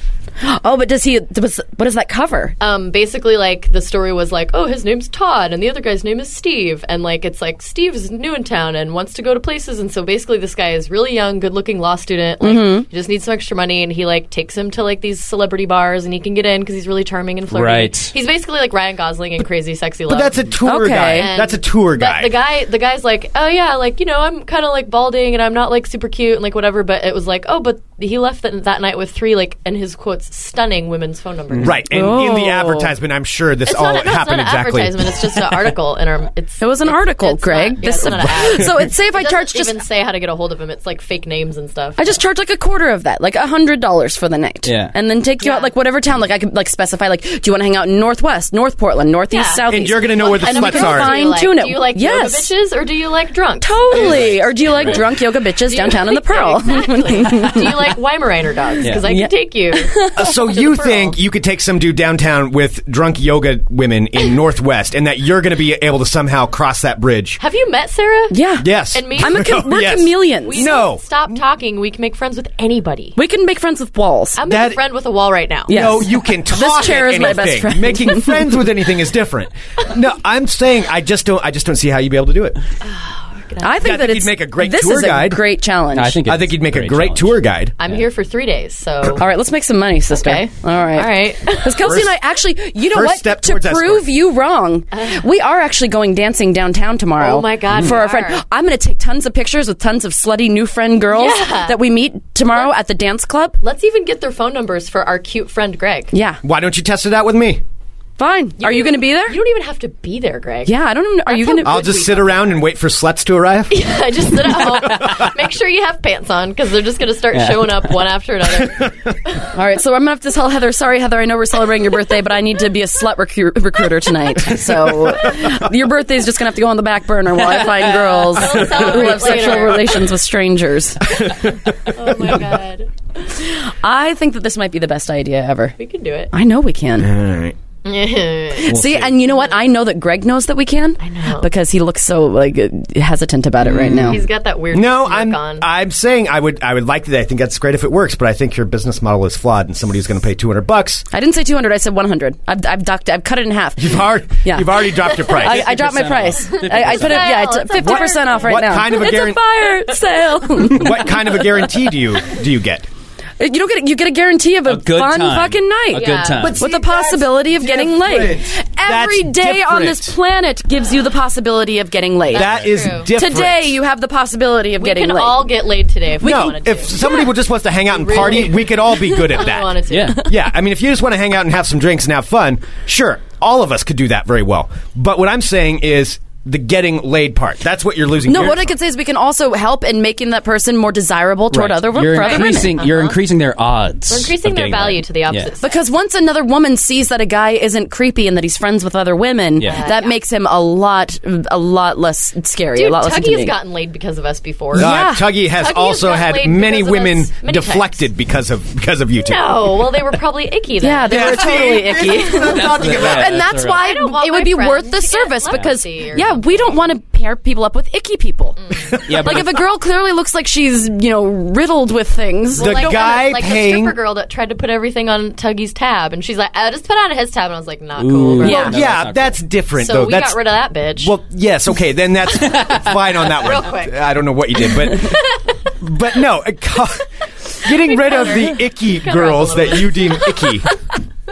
F: Oh, but does he? Does, what does that cover?
H: Um, basically, like the story was like, oh, his name's Todd, and the other guy's name is Steve, and like it's like Steve's new in town and wants to go to places, and so basically this guy is really young, good-looking law student, like he just needs some extra money, and he like takes him to like these celebrity bars, and he can get in because he's really charming and flirty.
G: Right.
H: He's basically like Ryan Gosling in Crazy Sexy Love.
E: But that's a tour
F: Okay.
E: guy.
H: And-
E: That's a tour
H: but
E: guy.
H: the guy, the guy's like, oh yeah, like you know, I'm kind of like balding and I'm not like super cute and like whatever. But it was like, oh, but he left that, that night with three like, and his quotes, stunning women's phone numbers.
E: Right, and in the
F: Oh.
E: advertisement, I'm sure this
H: It's
E: all
H: not, a- no,
E: happened
H: it's not
E: exactly.
H: an advertisement.
E: [LAUGHS]
H: It's just an article in our. It's
F: It was an
H: it's-
F: article,
H: it's
F: Greg.
H: Not, yeah,
F: This-
H: it's not an ad.
F: [LAUGHS] so it's say if I
H: It
F: charge
H: doesn't
F: just.
H: even say how to get a hold of him. It's like fake names and stuff.
F: I just charge like a quarter of that, like a hundred dollars for the night,
G: Yeah.
F: and then take you out like whatever town. Like I could like specify like, do you want to hang out in Northwest, North Portland, Northeast,
H: Yeah.
F: Southeast?
E: And you're going to know where Oh, the
H: And I'm like,
E: sluts
H: what do you
E: are.
F: fine tune it.
H: Like? Do you like
F: Yes.
H: yoga bitches or do you like drunk? [LAUGHS]
F: Totally. Or do you like drunk yoga bitches downtown in the Pearl? [LAUGHS]
H: Exactly. do you like Weimaraner dogs because I can
F: Yeah.
H: take
F: [LAUGHS]
H: you.
E: Uh, so
H: to
E: you
H: the Pearl.
E: think you could take some dude downtown with drunk yoga women
H: [LAUGHS]
E: in Northwest, and that you're going to be able to somehow cross that bridge?
H: Have you met Sarah?
F: Yeah.
E: Yes.
H: And me?
F: I'm a
E: [LAUGHS] No,
F: com- we're
E: yes.
F: chameleons.
H: We
E: No.
H: Stop talking. We can make friends with anybody.
F: We can make friends with walls.
H: I'm
E: That-
H: a friend with a wall right now.
F: Yeah.
E: No,
F: Yes.
E: you can talk. at
F: chair is my best
E: anything.
F: friend. [LAUGHS]
E: Making friends with anything is different. No, I'm saying I just don't. I just don't see how you'd be able to do it.
F: I think
E: I think
F: that
E: you'd
F: it's
E: make a great
F: this
E: tour
F: is a
E: guide.
F: great challenge.
G: I think
E: I
G: it's
E: think you'd make a great
G: challenge.
E: tour guide.
H: I'm here for three days, so.
F: All right, let's make some money, sister.
H: Okay.
F: All right.
H: All
F: [LAUGHS]
H: right.
F: Because Kelsey and I actually, you know
E: first
F: what?
E: step
F: to
E: towards escort.
F: prove you wrong, we are actually going dancing downtown tomorrow.
H: Oh my God,
F: For
H: we
F: our friend,
H: are.
F: I'm going to take tons of pictures with tons of slutty new friend girls
H: Yeah.
F: that we meet tomorrow at the dance club.
H: Let's even get their phone numbers for our cute friend Greg.
F: Yeah,
E: Why don't you test it out with me?
F: fine. are you going to be there?
H: You don't even have to be there, Greg.
F: yeah, I don't. Even, are you going
H: how
E: I'll
H: Good
E: just
H: week.
E: sit around and wait for sluts to arrive.
H: [LAUGHS] I just sit at home. Make sure you have pants on because they're just going to start showing up one after another.
F: All right, so I'm gonna have to tell Heather. Sorry, Heather. I know we're celebrating your birthday, but I need to be a slut recru- recruiter tonight. So your birthday's just gonna have to go on the back burner while I find girls
H: We'll
F: who
H: celebrate
F: have sexual
H: later.
F: relations with strangers.
H: Oh my god,
F: I think that this might be the best idea ever.
H: we can do it. [LAUGHS]
F: I know we can.
E: All right.
F: see, and you know what? I know that Greg knows that we can. I
H: know.
F: because he looks so like hesitant about it right now.
H: He's got that weird.
E: No,
H: smirk
E: I'm.
H: On.
E: I'm saying I would. I would like that. I think that's great if it works. But I think your business model is flawed, and somebody who's going to pay 200 bucks.
F: I didn't say 200. I said 100. I've, I've ducked. I've cut it in half. [LAUGHS]
E: You've already.
F: Yeah.
E: You've already dropped your price.
F: I, I dropped my
G: 50%
F: price.
G: off.
F: I, I put it, yeah,
H: Sale. It's a
F: fifty percent off right
E: What
F: now.
E: kind of a
F: it's
E: guaran-
F: a fire sale. [LAUGHS]
E: what kind of a guarantee do you do you get?
F: You don't get you get a guarantee of a,
G: A good
F: fun
G: time.
F: fucking night.
G: A good Yeah. time. But
F: with the possibility of getting late. Every day
E: That's
F: on
E: different.
F: this planet gives you the possibility of getting late.
E: That is
H: true.
E: different.
F: Today you have the possibility of
H: we
F: getting
H: can
F: late.
H: all get laid today if we
E: no,
H: wanted to.
E: if somebody would just wants to hang out and
H: Really?
E: party, we could all be good at
H: If we
E: that.
H: wanted
F: [LAUGHS]
H: to.
G: Yeah.
E: Yeah, I mean, if you just want to hang out and have some drinks and have fun, sure, all of us could do that very well. But what I'm saying is the getting laid part. That's what you're losing.
F: no,
E: here.
F: what I could say is we can also help in making that person more desirable toward
G: Right.
F: other wo-
G: you're
F: for other women.
G: increasing, e- You're increasing their odds.
H: We're increasing
G: of
H: their
G: getting
H: value
G: laid.
H: to the opposite. sex.
F: Because once another woman sees that a guy isn't creepy and that he's friends with other women,
G: Yeah.
F: that makes him a lot, a lot less scary,
H: Dude,
F: a lot less
H: Tuggy has
F: intimidating.
H: gotten laid because of us before.
E: Uh,
F: Yeah.
E: Tuggy has
H: Tuggy
E: also
H: has gotten
E: had
H: laid
E: many
H: because of
E: women
H: us many
E: deflected
H: times.
E: because of because of you two.
H: No, well, they were probably icky then.
F: yeah, they were
H: [LAUGHS]
F: totally icky.
G: Yeah,
F: and that's
G: the-
F: why
H: I don't want
F: it
H: my
F: would be
H: friends
F: worth the
H: to get
F: service
H: leprosy
F: because
H: or
F: yeah we don't want to pair people up with icky people
H: Mm.
G: Yeah, but
F: like if a girl clearly looks like she's you know riddled with things
E: The
H: Like, "Oh,
E: guy
H: like the
E: paying.
H: stripper girl that tried to put everything on Tuggy's tab, and she's like, "I just put on his tab," and I was like, "Not cool."
G: Ooh.
H: bro."
F: Yeah.
G: No,
E: yeah,
G: that's not
E: that's different
H: So
E: though.
H: we
E: that's
H: got rid of that bitch.
E: Well, yes, okay, then
H: [LAUGHS]
E: that's fine on that one.
H: Real quick.
E: I don't know what you did,
H: [LAUGHS]
E: but but no, a co- getting rid of the icky girls
H: a little
E: that you deem
H: [LAUGHS]
E: icky.
G: [LAUGHS]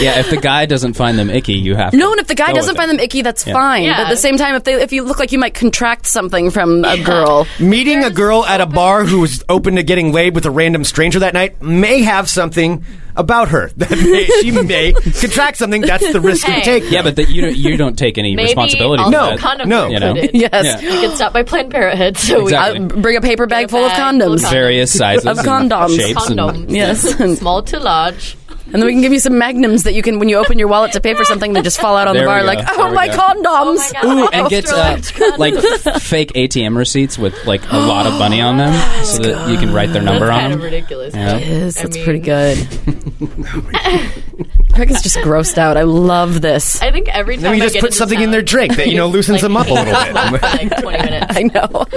G: yeah, if the guy doesn't find them icky, you have
F: no
G: to
F: and if the guy
G: go with
F: doesn't
G: it.
F: find them icky that's fine
H: Yeah.
F: but at the same time if they if you look like you might contract something from a
G: [LAUGHS]
F: girl
E: Meeting a
H: There's
E: girl at a bar who was open to getting laid with a random stranger that night may have something about her. [LAUGHS] That may, she may contract something. That's the risk you
H: Hey.
E: take.
G: yeah, but that you don't, you don't take any
H: Maybe
G: responsibility. for
H: also
E: No,
G: that.
H: condoms
E: no.
H: are
E: You
G: know.
H: included.
F: yes
G: Yeah.
H: We could stop by Planned Parenthood. So
G: Exactly.
F: Uh, bring a paper bag full of
H: bag full of
F: condoms
H: condoms.
G: Various sizes
F: Of
G: and
F: condoms.
H: we
G: shapes,
H: condoms.
G: and
F: [LAUGHS] yes
H: Yeah.
F: and
H: Small to large.
F: then we can give you some magnums that you can when you open your wallet to pay for something they just fall out on the
G: There we
F: bar
G: go.
F: like
G: There
F: oh
G: we
F: my
G: go.
F: condoms
H: Oh my
F: [LAUGHS]
H: God.
G: and get uh,
H: Extra
G: like fake ATM receipts with like a lot
F: [GASPS]
G: of money on them, so that you can write their number
H: That's
G: on
H: kind of
G: them.
H: ridiculous.
G: Yeah.
H: but
F: Yes,
H: I
F: that's
H: mean-
F: pretty good.
G: [LAUGHS]
F: Craig is just grossed out. I love this. I,
H: I think every time
E: Then we
H: I
E: just
H: get
E: put
H: into
E: something
H: town,
E: in their drink that you
H: [LAUGHS]
E: know loosens
H: like,
E: them up a little
H: he lasts
E: bit.
H: for, [LAUGHS] like twenty minutes.
F: know.
H: [LAUGHS]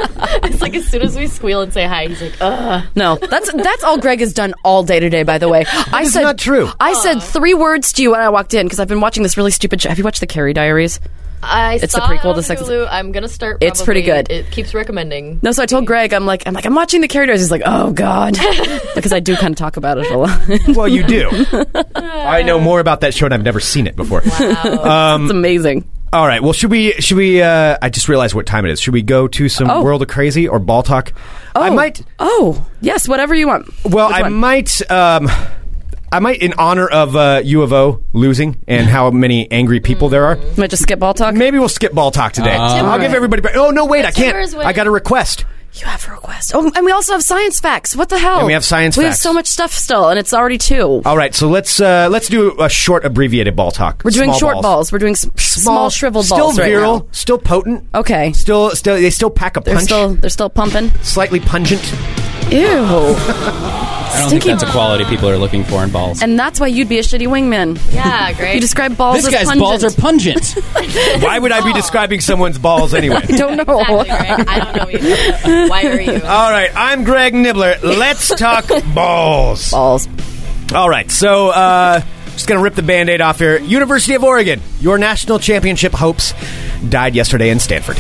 H: It's like as soon as we squeal and say hi, he's like, "Ugh."
F: No, that's that's all Greg has done all day today. By the way, I
E: is
F: said
E: not true.
F: I said three words to you when I walked in because I've been watching this really stupid. show. Have you watched the Carrie Diaries?
H: I
F: It's the
H: saw it
F: prequel
H: on
F: to Sex-
H: Hulu. I'm gonna start.
F: It's pretty
H: probably-
F: good.
H: It keeps recommending.
F: No, so I told Greg, I'm like, I'm like, I'm watching the Carrie Diaries. He's like, Oh [LAUGHS] God, because I do kind of talk about it a lot. [LAUGHS] it's
E: well, you do.
H: [LAUGHS]
E: I know more about that show and I've never seen it before. Um,
F: amazing.
E: All right. Well, should we? Should we? Uh, I just realized what time it is. Should we go to some
F: Oh.
E: World of Crazy or Ball Talk? I might.
F: Oh yes, whatever you want.
E: Well,
F: Which
E: I
F: one?
E: might. Um, I might, in honor of uh, U of O losing and how many angry people there are.
F: Might just skip ball talk.
E: Maybe we'll skip Ball Talk today. I'll give
F: Alright.
E: everybody. Break. Oh no! Wait, I
H: Timbers
E: can't.
H: win.
E: I got a request.
F: You have a request. Oh, and we also have science facts. What the hell?
E: And we have science
F: We have
E: facts.
F: so much stuff still, and it's already two.
E: All right. So let's uh, let's do a short abbreviated Ball Talk.
F: We're doing
E: Small
F: short balls. We're doing s- small, shriveled
E: still
F: balls. right
E: virile,
F: now.
E: still potent.
F: Okay.
E: Still, still, they still pack a
F: They're
E: punch.
F: still they're still pumping.
E: slightly pungent.
F: Ew.
G: I don't
F: Stinky
G: think that's a quality people are looking for in balls.
F: And that's why you'd be a shitty wingman.
H: Yeah,
F: [LAUGHS]
H: great.
F: You describe balls
G: this
F: as
G: guy's
F: pungent.
G: balls are
F: [LAUGHS]
G: pungent.
E: Why would I be describing someone's balls anyway?
F: Don't know.
H: exactly right. I don't
F: [LAUGHS]
H: know either. Why are you?
E: All right, I'm Greg Nibbler. Let's talk balls.
F: Balls.
E: All right, so uh, just gonna rip the band-aid off here. University of Oregon, your national championship hopes died yesterday in Stanford.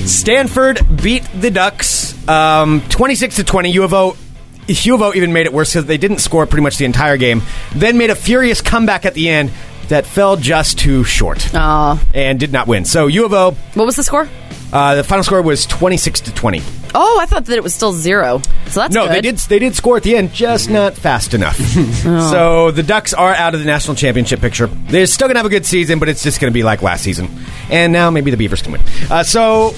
E: Stanford beat the Ducks, um, twenty-six to twenty. U of O. U of O even made it worse because they didn't score pretty much the entire game. Then made a furious comeback at the end that fell just too short
F: Aw.
E: and did not win. So U of O,
F: What was the score?
E: uh, the final score was twenty-six to twenty.
F: Oh, I thought that it was still zero. So that's
E: No,
F: good.
E: they did. They did score at the end, just not fast enough. So the Ducks are out of the national championship picture. They're still gonna have a good season, but it's just gonna be like last season. And now maybe the Beavers can win. Uh,
F: [LAUGHS]
E: so,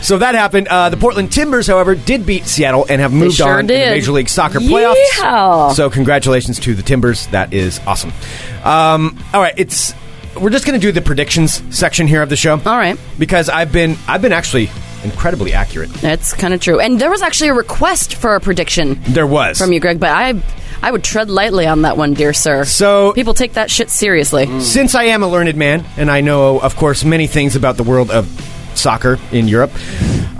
E: so that happened. Uh, the Portland Timbers, however, did beat Seattle and have moved
F: sure
E: on to the
F: did.
E: Major League Soccer
F: Yeah.
E: playoffs. So congratulations to the Timbers. That is awesome. Um, all right, it's we're just gonna do the predictions section here of the show.
F: All right.
E: because I've been I've been actually incredibly accurate.
F: That's kind of true. And there was actually a request for a prediction
E: There was
F: from you, Greg, but I I would tread lightly on that one, dear sir.
E: So- Mm.
F: people take that shit seriously.
E: Since I am a learned man, and I know, of course, many things about the world of soccer in Europe,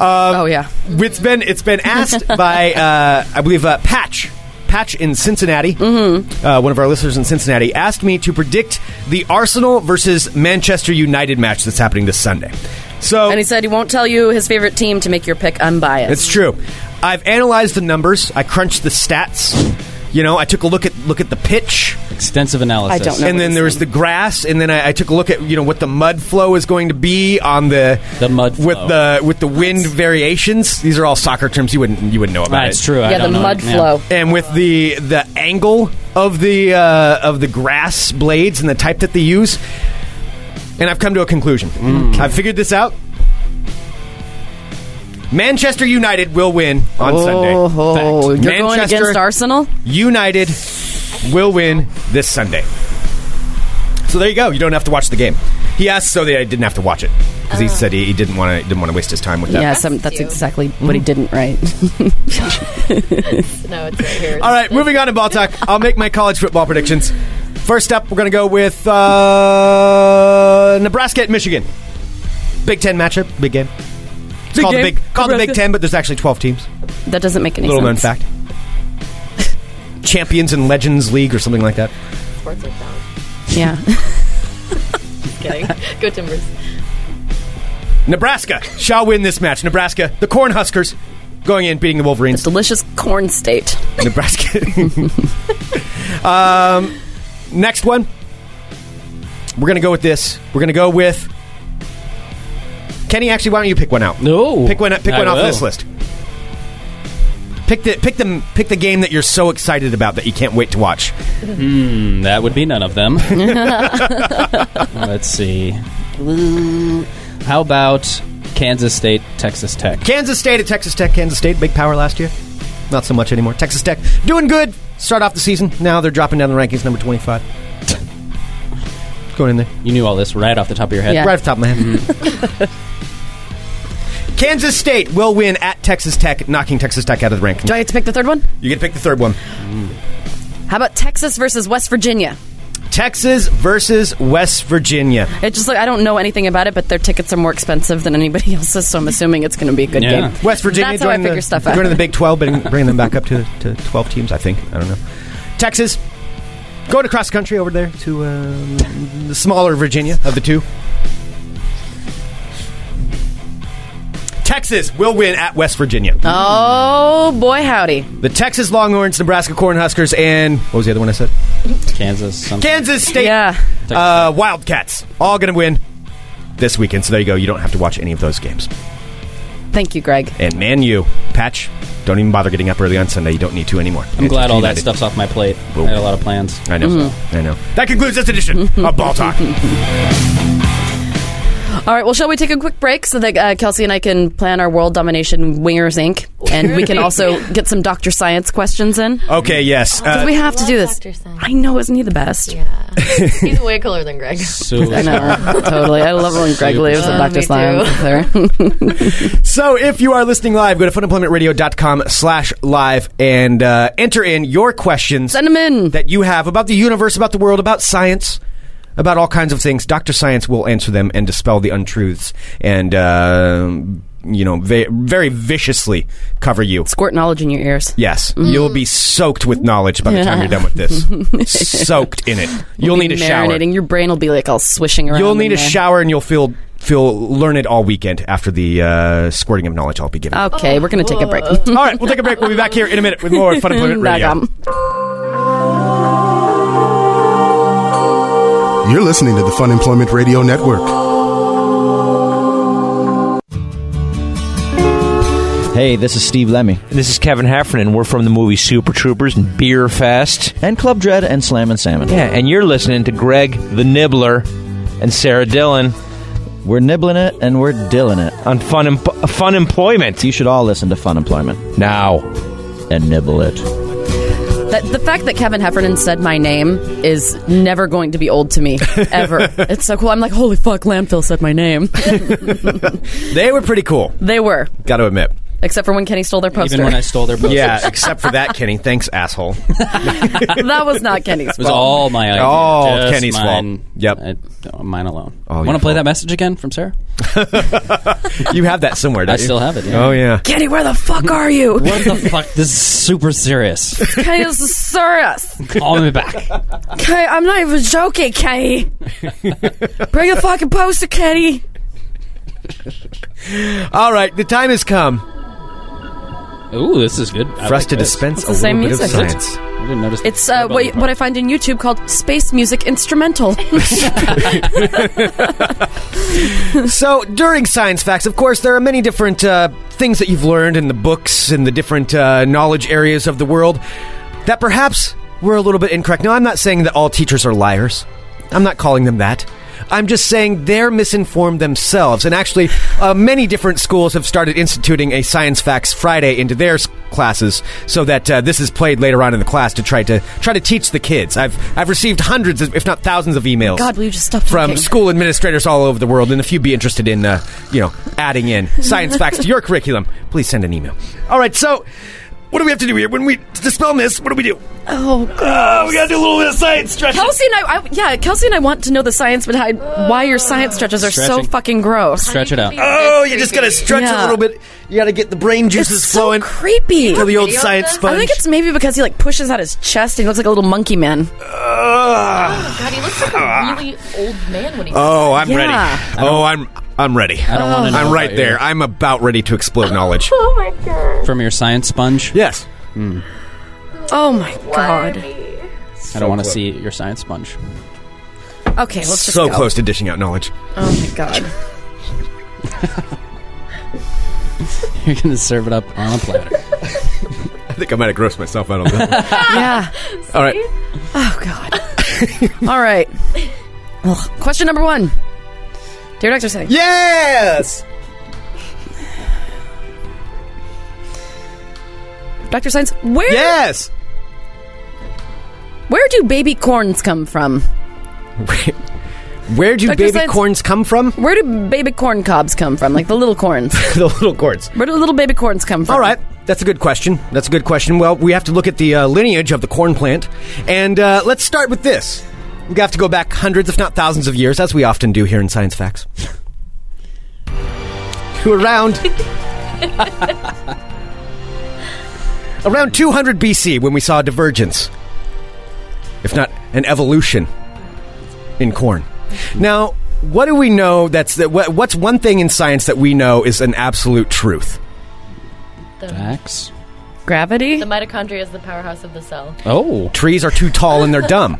E: uh,
F: oh yeah.
E: it's been it's been asked by uh, I believe uh, Patch Patch in Cincinnati, mm-hmm. uh, one of our listeners in Cincinnati, asked me to predict the Arsenal versus Manchester United match that's happening this Sunday. So
F: And he said he won't tell you his favorite team to make your pick unbiased.
E: It's true. I've analyzed the numbers. I crunched the stats. You know, I took a look at look at the pitch.
G: Extensive analysis.
F: I don't know.
E: and then
F: it's
E: there was the grass, and then I, I took a look at you know what the mud flow is going to be on the
G: The mud
E: with
G: flow.
E: the with the wind variations. These are all soccer terms you wouldn't you wouldn't know about.
G: That's
E: it.
G: true. I
F: yeah, the
G: don't know.
F: mud
G: Yeah.
F: flow.
E: And with the the angle of the uh, of the grass blades and the type that they use, and I've come to a conclusion.
G: Mm.
E: I've figured this out. Manchester United will win on
F: Oh,
E: Sunday.
F: oh, you're going
E: Manchester-
F: against Arsenal?
E: United will win this Sunday. So there you go. You don't have to watch the game. He asked so that I didn't have to watch it because he said he, he didn't want to didn't want to waste his time with that.
F: Oh. Yeah, some, um, that's
H: you.
F: exactly what he didn't write. [LAUGHS]
H: No, it's right here.
E: All right, moving on to ball talk. I'll make my college football predictions. First up, we're going to go with uh, Nebraska at Michigan. Big Ten matchup, big game. It's called
F: game,
E: the big called the Big
F: Nebraska.
E: Ten, but there's actually 12 teams.
F: that doesn't make any
E: Little known
F: sense.
E: fact. Champions and Legends League or something like that.
H: Sports are down.
F: Yeah. [LAUGHS]
H: Just kidding. Go Timbers.
E: Nebraska shall win this match. Nebraska, the Cornhuskers, going in beating the
G: [LAUGHS]
E: Wolverines.
F: Delicious corn state.
E: Nebraska. [LAUGHS] um, next one. We're gonna go with this. We're gonna go with Kenny. Actually, why don't you pick one out?
G: No.
E: Pick one. Pick
G: I
E: one off
G: will.
E: this list. Pick the pick the pick the game that you're so excited about that you can't wait to watch.
G: Mm, That would be none of
F: [LAUGHS]
G: them. [LAUGHS] Let's see. How about Kansas State, Texas Tech?
E: Kansas State at Texas Tech. Kansas State, big power last year. Not so much anymore. Texas Tech doing good. Start off the season. Now they're dropping down the rankings, number twenty-five. Going in there.
G: You knew all this right off the top of your head.
F: Yeah.
E: Right off the top of my head. [LAUGHS] Kansas State will win at Texas Tech, knocking Texas Tech out of the rankings.
F: Do I get to pick the third one?
E: You get to pick the third one.
F: How about Texas versus West Virginia?
E: Texas versus West Virginia.
F: It just like I don't know anything about it, but their tickets are more expensive than anybody [LAUGHS] else's, so I'm assuming it's going to be a good
G: Yeah.
F: game.
E: West Virginia
F: That's how I
E: joining,
F: figure
E: the,
F: stuff out.
E: joining the Big 12, bringing, bringing them back up to, to 12 teams, I think. I don't know. Texas going across the country over there to um, the smaller Virginia of the two. Texas will win at West Virginia.
F: Uh. Oh boy, howdy!
E: The Texas Longhorns, Nebraska Cornhuskers, and what was the other one I said?
G: Kansas. Something.
E: Kansas State
F: Yeah,
E: uh, Wildcats all going to win this weekend. So there you go. You don't have to watch any of those games.
F: thank you, Greg.
E: And man, you patch. Don't even bother getting up early on Sunday. You don't need to anymore.
G: I'm glad all that
E: United.
G: stuff's off my plate.
E: Boom.
G: I had a lot of plans.
F: Mm-hmm. [LAUGHS]
E: I know. I know. That concludes this edition of Ball Talk.
F: All right. Well, shall we take a quick break so that uh, Kelsey and I can plan our world domination wingers inc. And we can
H: [LAUGHS]
F: also get some Doctor Science questions in.
E: Okay, yes. Uh,
F: we have to
H: Love
F: do this.
H: Dr. Science.
F: I know, isn't he the best?
H: Yeah.
F: [LAUGHS]
H: He's way cooler than Greg.
F: I
H: [LAUGHS]
F: know, totally. I love when
E: Oh,
F: Greg leaves and
H: Uh,
F: Dr.
H: me
F: Science is
E: [LAUGHS]
F: there.
E: so if you are listening live, go to funemploymentradio.com slash live and uh, enter in your questions
F: Send him in.
E: that you have about the universe, about the world, about science, about all kinds of things. Dr. Science will answer them and dispel the untruths and, uh, you know, ve- very viciously cover you.
F: Squirt knowledge in your ears.
E: Yes,
F: Mm-hmm.
E: you'll be soaked with knowledge by the time you're done with this.
F: [LAUGHS]
E: soaked in it. You'll need a
F: Marinating.
E: shower.
F: Your brain will be like all swishing around.
E: You'll
F: in
E: need a
F: there.
E: shower, and you'll feel feel learned all weekend after the uh, squirting of knowledge I'll be giving. you.
F: Okay, we're going to take a break.
H: Oh.
E: all right, we'll take a break. We'll be back here in a minute with more Fun Employment
F: [LAUGHS] Back
E: Radio.
F: up.
A: You're listening to the Fun Employment Radio Network.
I: Hey, this is Steve Lemmy.
J: This is Kevin Heffernan. We're from the movie Super Troopers and Beer Fest.
I: And Club Dread and Slam and Salmon.
J: Yeah, and you're listening to Greg the Nibbler and Sarah Dillon
I: We're nibbling it and we're dilling it.
J: on Fun em- Fun Employment
I: You should all listen to Fun Employment
J: now.
I: and nibble it.
F: That, the fact that Kevin Heffernan said my name is never going to be old
E: [LAUGHS]
F: to me, ever. it's so cool. I'm like, holy fuck, Landfill said my name.
E: They were pretty cool,
F: [LAUGHS] they were,
E: got to
F: [LAUGHS]
E: admit.
F: except for when Kenny stole their poster.
G: Even when I stole their posters.
E: Yeah, except for that, Kenny. Thanks, asshole.
F: [LAUGHS] that was not
E: [LAUGHS]
F: Kenny's
G: It was
F: fault.
G: all my idea.
E: All
G: Just
E: Kenny's
G: mine.
E: fault. Yep.
G: I- uh, mine alone.
E: All your
G: Want to play that
E: fault.
G: message again from Sarah?
E: You have that somewhere, don't
G: I
E: you?
G: still have it. yeah.
E: Oh, yeah.
F: Kenny, where the fuck are you?
G: What
E: [LAUGHS]
G: the fuck? This is super serious.
F: Kenny, this is serious.
G: Call me
E: [LAUGHS]
G: back.
F: Kenny, I'm not even joking, Kenny. Bring the fucking poster, Kenny.
E: All right, the time has come
G: Ooh, this is good. I
E: for us
G: like
E: to
G: this.
E: dispense
F: It's
E: a
F: the same
E: little bit of
F: music.
E: science.
G: I didn't notice.
F: It's uh, what, what I find in YouTube called space music
E: [LAUGHS]
F: instrumental.
E: So, during Science Facts, of course, there are many different uh, things that you've learned in the books and the different uh, knowledge areas of the world that perhaps were a little bit incorrect. Now, I'm not saying that all teachers are liars, I'm not calling them that. I'm just saying they're misinformed themselves. And actually, uh, many different schools have started instituting a Science Facts Friday into their s- classes so that uh, this is played later on in the class to try to try to teach the kids. I've I've received hundreds, of, if not thousands, of emails
F: God, will you just stop
E: from
F: thinking?
E: school administrators all over the world. And if you'd be interested in, uh, you know, adding
F: [LAUGHS]
E: in science facts to your curriculum, please send an email. All right, so what do we have to do here? When we dispel myths, what do we do?
F: Oh,
E: Uh, we gotta do a little bit of science stretching.
F: Kelsey and I, I, yeah, Kelsey and I want to know the science behind why your science stretches are so
G: Stretching.
F: fucking gross.
G: stretch it out.
E: Oh, you just gotta stretch a
F: Yeah.
E: little bit. You gotta get the brain
F: It's
E: juices
F: so
E: flowing.
F: creepy.
E: Till the old
H: Video
E: science
H: of this?
E: sponge.
F: I think it's maybe because he like pushes out his chest and he looks like a little monkey man.
E: Ugh.
H: God, he looks like a really old man when he.
E: Ah. oh, I'm
F: Yeah.
E: ready. Oh, I'm I'm ready.
G: I don't want to.
E: I'm right there. I'm about ready to explode
F: [LAUGHS]
E: knowledge.
G: From your science sponge.
E: yes.
F: Oh my god.
G: I don't want to see your science sponge. [LAUGHS]
F: Okay, let's just
E: So
F: go.
E: close to dishing out knowledge. [LAUGHS]
F: Oh my god.
G: You're gonna serve it up on a
E: [LAUGHS]
G: platter.
E: I think I might have grossed myself out on that.
F: [LAUGHS]
E: one.
F: yeah.
E: All right.
F: Oh
E: [LAUGHS]
F: god. All right. Ugh. Question number one. Dear Doctor Singh,
E: Yes.
F: Doctor Science, where
E: Yes.
F: where do baby corns come from?
E: Where do
F: Dr.
E: baby
F: Science-
E: corns come from? [LAUGHS]
F: Where do baby corn cobs come from? Like the little corns.
E: the little corns.
F: Where do little baby corns come from?
E: All right, that's a good question. That's a good question. Well, we have to look at the uh, lineage of the corn plant, and uh, let's start with this. We have to go back hundreds, if not thousands, of years, as we often do here in Science Facts, [LAUGHS] to around [LAUGHS] around 200 BC when we saw a divergence, if not an evolution, in corn. Now, what do we know? That's the, what, what's one thing in science that we know is an absolute truth.
G: Facts.
F: Gravity?
H: The mitochondria is the powerhouse of the cell.
G: Oh,
E: Trees are too tall and they're dumb.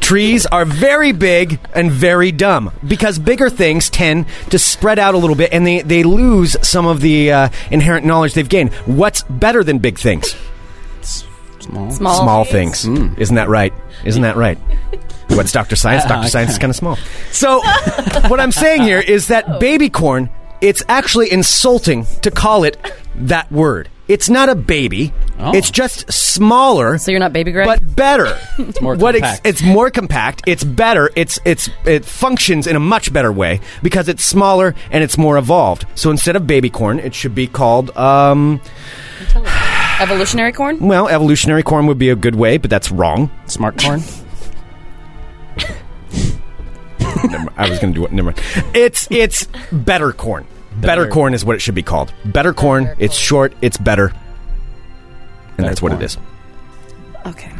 E: Trees are very big and very dumb because bigger things tend to spread out a little bit and they, they lose some of the uh, inherent knowledge they've gained. What's better than big things?
G: small.
F: Small.
E: Small things. Isn't that right? Isn't that right? What's Dr. Science? Dr. Science is kind of small. So, what I'm saying here is that baby corn, it's actually insulting to call it that word. It's not a baby,
G: Oh.
E: it's just smaller.
F: So you're not baby Greg?
E: But better. it's
G: more compact.
E: it's more compact. It's better. It's it's it functions in a much better way because it's smaller and it's more evolved. So instead of baby corn, it should be called um,
F: Evolutionary corn?
E: well, evolutionary corn would be a good way, but that's wrong.
G: Smart corn.
E: Never- [LAUGHS] I was going to do it. Never mind. It's it's better corn. Better,
G: Better.
E: corn is what it should be called. Better corn. It's short. It's better. And that's what
G: corn.
E: it is.
F: Okay.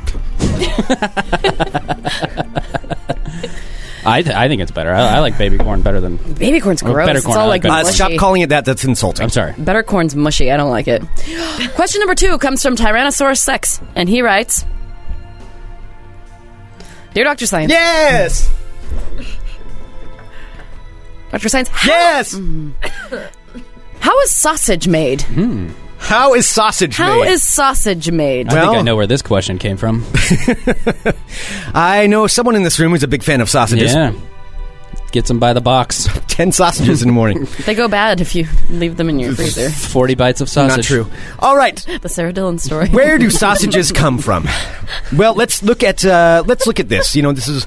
G: I, th- I think it's better. I, I like baby corn better than.
F: Baby corn's
G: Well,
F: gross.
G: better
F: it's
G: corn,
F: all
G: I
F: like
G: like better
E: Uh,
G: corn.
F: mushy.
E: stop calling it that. That's insulting.
G: I'm sorry.
F: Better corn's mushy. I don't like it. [GASPS] Question number two comes from Tyrannosaurus Sex, and he writes Dear Dr. Science,
E: Yes.
F: Dr. Science, how,
E: Yes.
F: how is sausage made?
G: Hmm.
E: How is sausage
F: How
E: made?
F: is sausage made?
G: I think
E: Well-
G: I know where this question came
E: [LAUGHS]
G: from.
E: I know someone in this room who's a big fan of sausages.
G: yeah. Gets them by the box.
E: [LAUGHS]
G: [LAUGHS]
E: Ten sausages in the morning.
F: They go bad if you leave them in
E: [LAUGHS]
F: your freezer.
G: 40 bites of sausage.
E: Not true. All right.
F: The Sarah Dillon story.
E: Where
G: [LAUGHS]
E: do sausages come from? Well, let's look at uh, let's look at this. You know, this is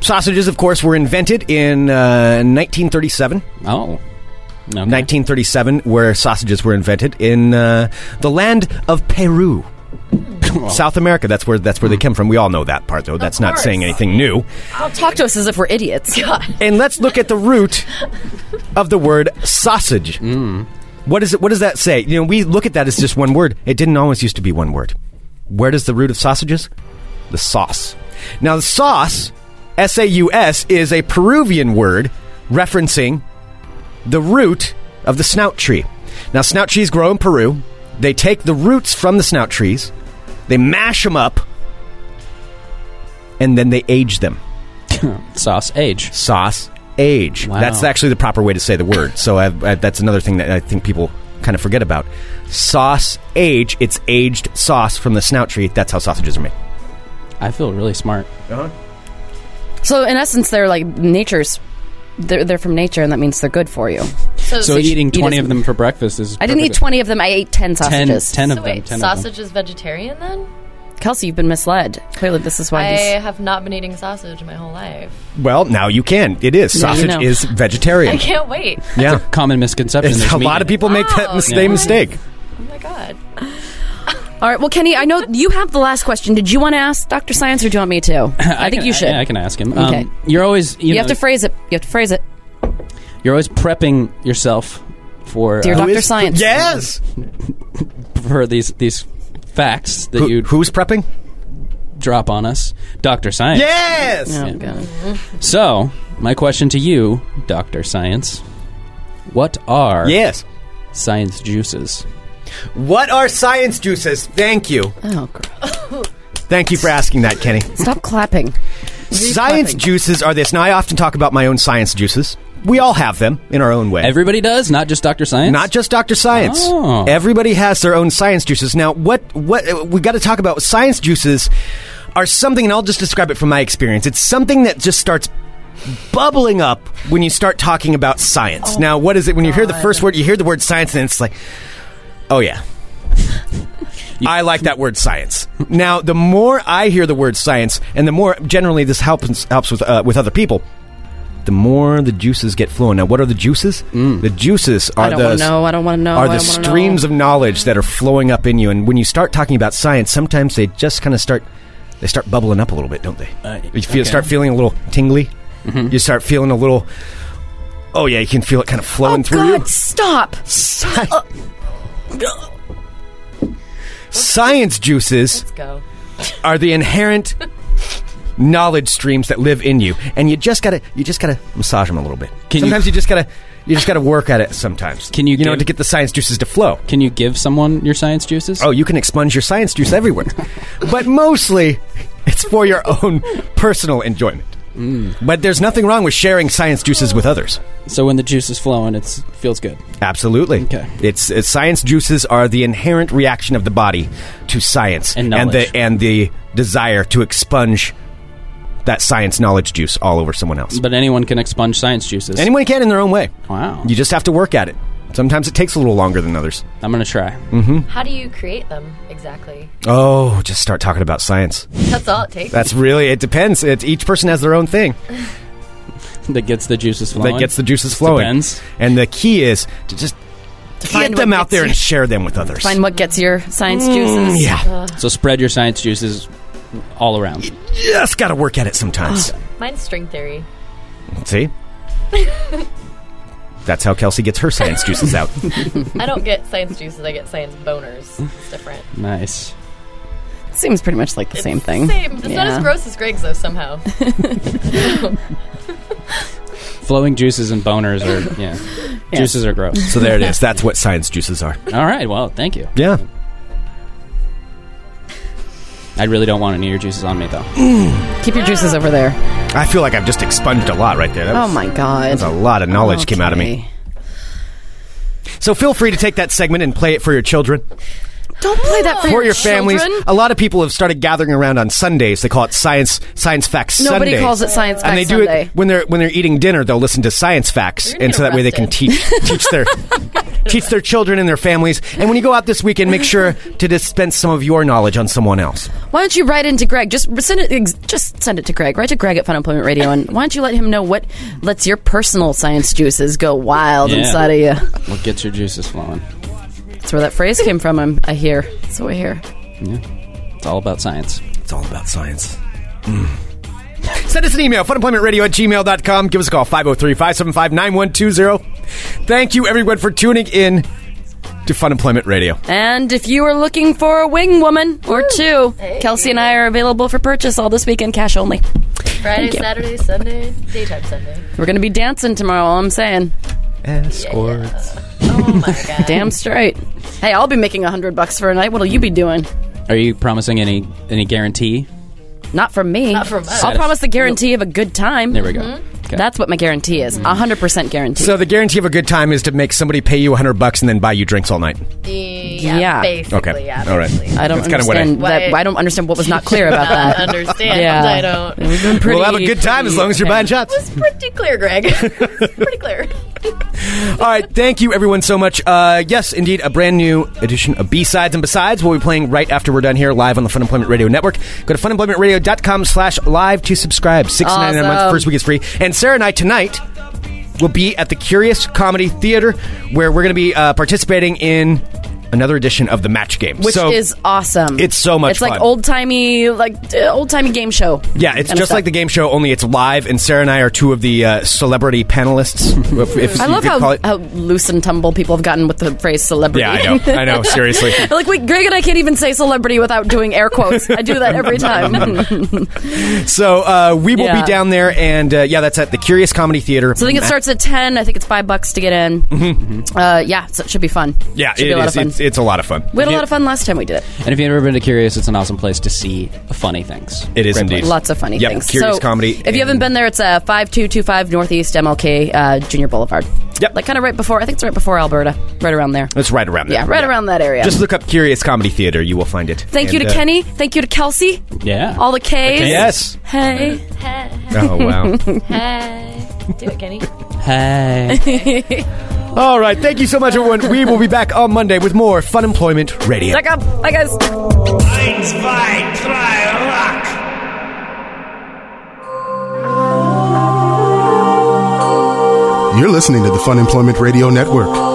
E: sausages. Of course, were invented in uh, 1937.
G: Oh. No.
E: 1937, where sausages were invented in uh, the land of
G: [LAUGHS]
E: Peru. South America. That's where that's where
G: Mm.
E: they come from. We all know that part, though. That's not saying anything new.
F: [LAUGHS] Talk to us as if we're idiots.
E: And let's look at the root of the word sausage. What is it? What does that say? You know, we look at that as just one word. It didn't always used to be one word. Where does the root of sausages? The sauce. Now, the sauce, S A U S, is a Peruvian word referencing the root of the snout tree. Now, snout trees grow in Peru. They take the roots from the snout trees, they mash them up, and then they age them
G: Sauce age.
E: sauce age.
G: Wow.
E: That's actually the proper way to say the word. So I, I, that's another thing that I think people kind of forget about. Sauce age. It's aged sauce from the snout tree. That's how sausages are made.
G: I feel really smart.
F: So in essence, they're like nature's. They're, they're from nature, and that means they're good for you.
G: So eating
F: eat
G: 20
F: as-
G: of them for breakfast is.
F: I didn't eat
G: perfect.
F: twenty of them. I ate ten
G: 10,
F: sausages.
G: 10 of
H: So
G: them.
H: wait,
G: 10 of them.
H: sausage is vegetarian then?
F: Kelsey, you've been misled. Clearly, this is why.
H: I
F: these-
H: have not been eating sausage my whole life.
E: Well, now you can. It is
F: Now you
E: sausage
F: know.
E: is vegetarian.
H: I can't wait.
E: Yeah, [LAUGHS]
G: Common misconception.
E: It's-
G: There's
E: a
G: meat
E: lot
G: in
E: of
G: it.
E: people make that
H: Wow.
E: mis-
G: Yeah.
E: same mistake.
H: Oh my god.
F: All right. Well, Kenny, I know you have the last question. Did you want to ask Dr. Science, or do you want me to? [COUGHS] I, think
G: can-
F: you should.
G: yeah, I can ask him.
F: Okay.
G: Um, you're always you,
F: you
G: know,
F: have to phrase it. You have to phrase it,
G: you're always prepping yourself for
F: dear
G: uh,
F: Dr. Science.
E: Yes.
G: for these these facts that
E: Who-
G: you
E: who's prepping?
G: drop on us, Doctor Science.
E: Yes.
F: Oh, God.
G: So my question to you, Doctor Science, what are
E: Yes.
G: science juices?
E: What are science juices? Thank you.
F: Oh, gross.
E: Thank you for asking that, Kenny.
F: Stop clapping.
E: Science
F: clapping.
E: juices are this. Now, I often talk about my own science juices. We all have them in our own way.
G: Everybody does, not just Doctor Science.
E: Not just Dr. Science.
G: Oh.
E: Everybody has their own science juices. Now, what what we got to talk about science juices are something and I'll just describe it from my experience. It's something that just starts bubbling up when you start talking about science. now, what is it when you hear the first word, you hear the word science and it's like oh
F: [LAUGHS]
E: yeah. I like that word science. Now, the more I hear the word science, and the more generally this helps helps with uh, with other people, the more the juices get flowing. Now, what are the juices? The juices are
F: Mm. I don't
E: the
F: want to know. I don't want to know.
E: are the
F: I don't wanna know.
E: streams of knowledge that are flowing up in you. And when you start talking about science, sometimes they just kind of start they start bubbling up a little bit, don't they?
G: Uh,
E: you feel,
G: okay.
E: start feeling a little tingly.
F: Mm-hmm.
E: You start feeling a little. Oh yeah, you can feel it kind of flowing
F: Oh,
E: through
F: God,
E: [GASPS]
F: oh, stop.
E: you. Science juices
H: Let's go.
E: are the inherent knowledge streams that live in you, and you just gotta you just gotta massage them a little bit.
G: Can you-
E: sometimes you, just gotta you just gotta work at it. Sometimes
G: Can you
E: you know
G: give-
E: to get the science juices to flow.
G: Can you give someone your science juices?
E: Oh, you can expunge your science
G: [LAUGHS]
E: juice everywhere. but mostly, it's for your own personal enjoyment.
G: Mm.
E: But there's nothing wrong with sharing science juices with others.
G: So when the juice is flowing, it feels good.
E: Absolutely.
G: Okay.
E: It's, it's science juices are the inherent reaction of the body to science
G: And
E: and
G: knowledge.
E: the and the desire to expunge that science knowledge juice all over someone else.
G: But anyone can expunge science juices.
E: Anyone can in their own way.
G: Wow.
E: You just have to work at it. Sometimes it takes a little longer than others.
G: I'm gonna try.
E: Mm.
H: How do you create them exactly?
E: Oh, just start talking about science.
H: That's all it takes.
E: That's really it depends. It's, each person has their own thing
G: That gets the juices flowing.
E: that gets the juices flowing.
G: Depends.
E: And the key is to just
F: find
E: get them
F: what
E: out
F: gets
E: there
F: you.
E: and Mm. share them with others.
F: Find what gets your science juices.
E: yeah,
G: So spread your science juices all around.
E: just got to work at it sometimes.
H: Mine's string theory.
E: See? That's how Kelsey gets her science juices out.
H: I don't get science juices. I get science boners. It's different.
G: Nice.
F: Seems pretty much like the same thing.
H: Same. It's not
F: Yeah.
H: as gross as Greg's
F: [LAUGHS]
H: though. Somehow.
G: Flowing juices and boners are
E: [LAUGHS]
G: yeah. Juices are gross.
E: So there it is. That's what science juices are.
G: All right. Well, thank you.
E: Yeah.
G: I really don't want any of your juices on me though.
F: Keep your juices over there.
E: I feel like I've just expunged a lot right there. That
F: Oh
E: was-
F: my god.
E: That's a lot of knowledge came out of me.
F: Okay.
E: So feel free to take that segment and play it for your children,
F: Don't play that for,
E: for your
F: children.
E: families. A lot of people have started gathering around on Sundays. They call it science science facts.
F: Nobody
E: Sundays.
F: calls it Science
E: and
F: Facts
E: they do
F: Sunday.
E: it when they're when they're eating dinner. They'll listen to science facts,
H: You're gonna
E: and so that way they
H: get
E: can teach teach
F: [LAUGHS]
E: their teach their children and their families. And when you go out this weekend, make sure to dispense some of your knowledge on someone else.
F: Why don't you write into Greg? Just send it. ex- Just send it to Greg. Write to Greg at Fun Employment Radio, and why don't you let him know what lets your personal science juices go wild
G: Yeah.
F: inside of you?
G: What gets your juices flowing?
F: That's where that phrase came from. I'm, I hear. That's what I hear.
G: It's all about science.
E: It's all about science. Mm. Send us an email, funemploymentradio at gmail.com. Give us a call, 503 575 9120. Thank you, everyone, for tuning in to Fun Employment Radio.
F: And if you are looking for a wing woman or two, Kelsey and I are available for purchase all this weekend, cash only.
H: Friday,
F: you.
H: Saturday, Sunday, daytime Sunday.
F: We're going to be dancing tomorrow. All I'm saying,
E: Escorts.
H: Oh my
F: [LAUGHS]
H: god.
F: damn straight. Hey, I'll be making a hundred bucks for a night. What'll you be doing?
G: Are you promising any any guarantee?
F: Not from me.
H: Not from us.
F: I'll promise the guarantee of a good time.
G: There we go. Okay.
F: That's what my guarantee is. A hundred percent guarantee.
E: So the guarantee of a good time is to make somebody pay you 100 bucks and then buy you drinks all night.
H: Yeah.
F: Yeah.
H: Basically.
E: Okay.
H: Yeah.
E: All right.
H: basically.
F: I don't
E: That's kinda what I-
F: understand that.
H: Why-
F: I don't understand what was not clear
H: [LAUGHS]
F: about
H: I
F: that.
H: understand.
F: Yeah. [LAUGHS]
H: I don't. It
F: We've been pretty-
E: we'll have a good time as long as you're buying shots.
H: was pretty clear, Greg. It's pretty
F: [LAUGHS]
H: clear.
E: All right, thank you everyone so much. Uh, yes, indeed, a brand new edition of B-Sides and Besides we'll be playing right after we're done here live on the Fun Employment Radio Network. Go to funemploymentradio.com slash live to subscribe. Six ninety nine a month,
F: Awesome.
E: first week is free. And Sarah and I tonight will be at the Curious Comedy Theater where we're going to be uh, participating in another edition of the Match Game.
F: [LAUGHS] which
E: so,
F: is awesome.
E: It's so much
F: It's like
E: fun.
F: old timey, like old timey game show.
E: Yeah, it's
F: kinda
E: just
F: stuff.
E: like the game show, only it's live, and Sarah and I are two of the uh, celebrity panelists. [LAUGHS] if, if
F: I
E: you
F: love
E: could call
F: how,
E: it.
F: how loose and tumble people have gotten with the phrase celebrity.
E: [LAUGHS] Yeah, I know. I know,
F: [LAUGHS]
E: seriously.
F: like, wait, Greg and I can't even say celebrity without doing air quotes. I do that
E: [LAUGHS]
F: every time.
E: Mm-hmm.
F: [LAUGHS]
E: So uh, we will
F: Yeah.
E: be down there, and uh, yeah, that's at the Curious Comedy Theater.
F: So I think it starts at ten. I think it's five bucks to get in. Uh, yeah, so it should be fun.
E: Mm-hmm. Yeah,
F: should
E: it
F: be a lot
E: is.
F: of fun.
E: It's, it's a lot of fun.
F: we had a lot of fun last time we did it.
G: And if you've ever been to Curious, it's an awesome place to see funny things.
E: It is
G: Great
E: indeed.
G: place.
F: Lots of funny
E: Yep,
F: things.
E: Curious
F: So,
E: Comedy
F: If you haven't
E: and-
F: been there, it's uh, five two two five Northeast MLK uh, Junior Boulevard.
E: Yep.
F: like kind of right before. I think it's right before Alberta, right around there.
E: It's right around there.
F: Yeah, right around that area.
E: Just look up Curious Comedy Theater. You will find it.
F: Thank you
E: And,
F: to
E: uh,
F: Kenny. Thank you to Kelsey.
G: Yeah.
F: All the K's.
E: Yes.
F: Hey.
E: Oh
F: [LAUGHS]
E: wow.
H: Hey. Do it, Kenny.
G: Hey.
E: All right. Thank you so much, everyone. We will be back on Monday with more Fun Employment Radio.
F: Check up. Bye, guys.
K: Eins, zwei, drei, rock!
A: You're listening to the Fun Employment Radio Network.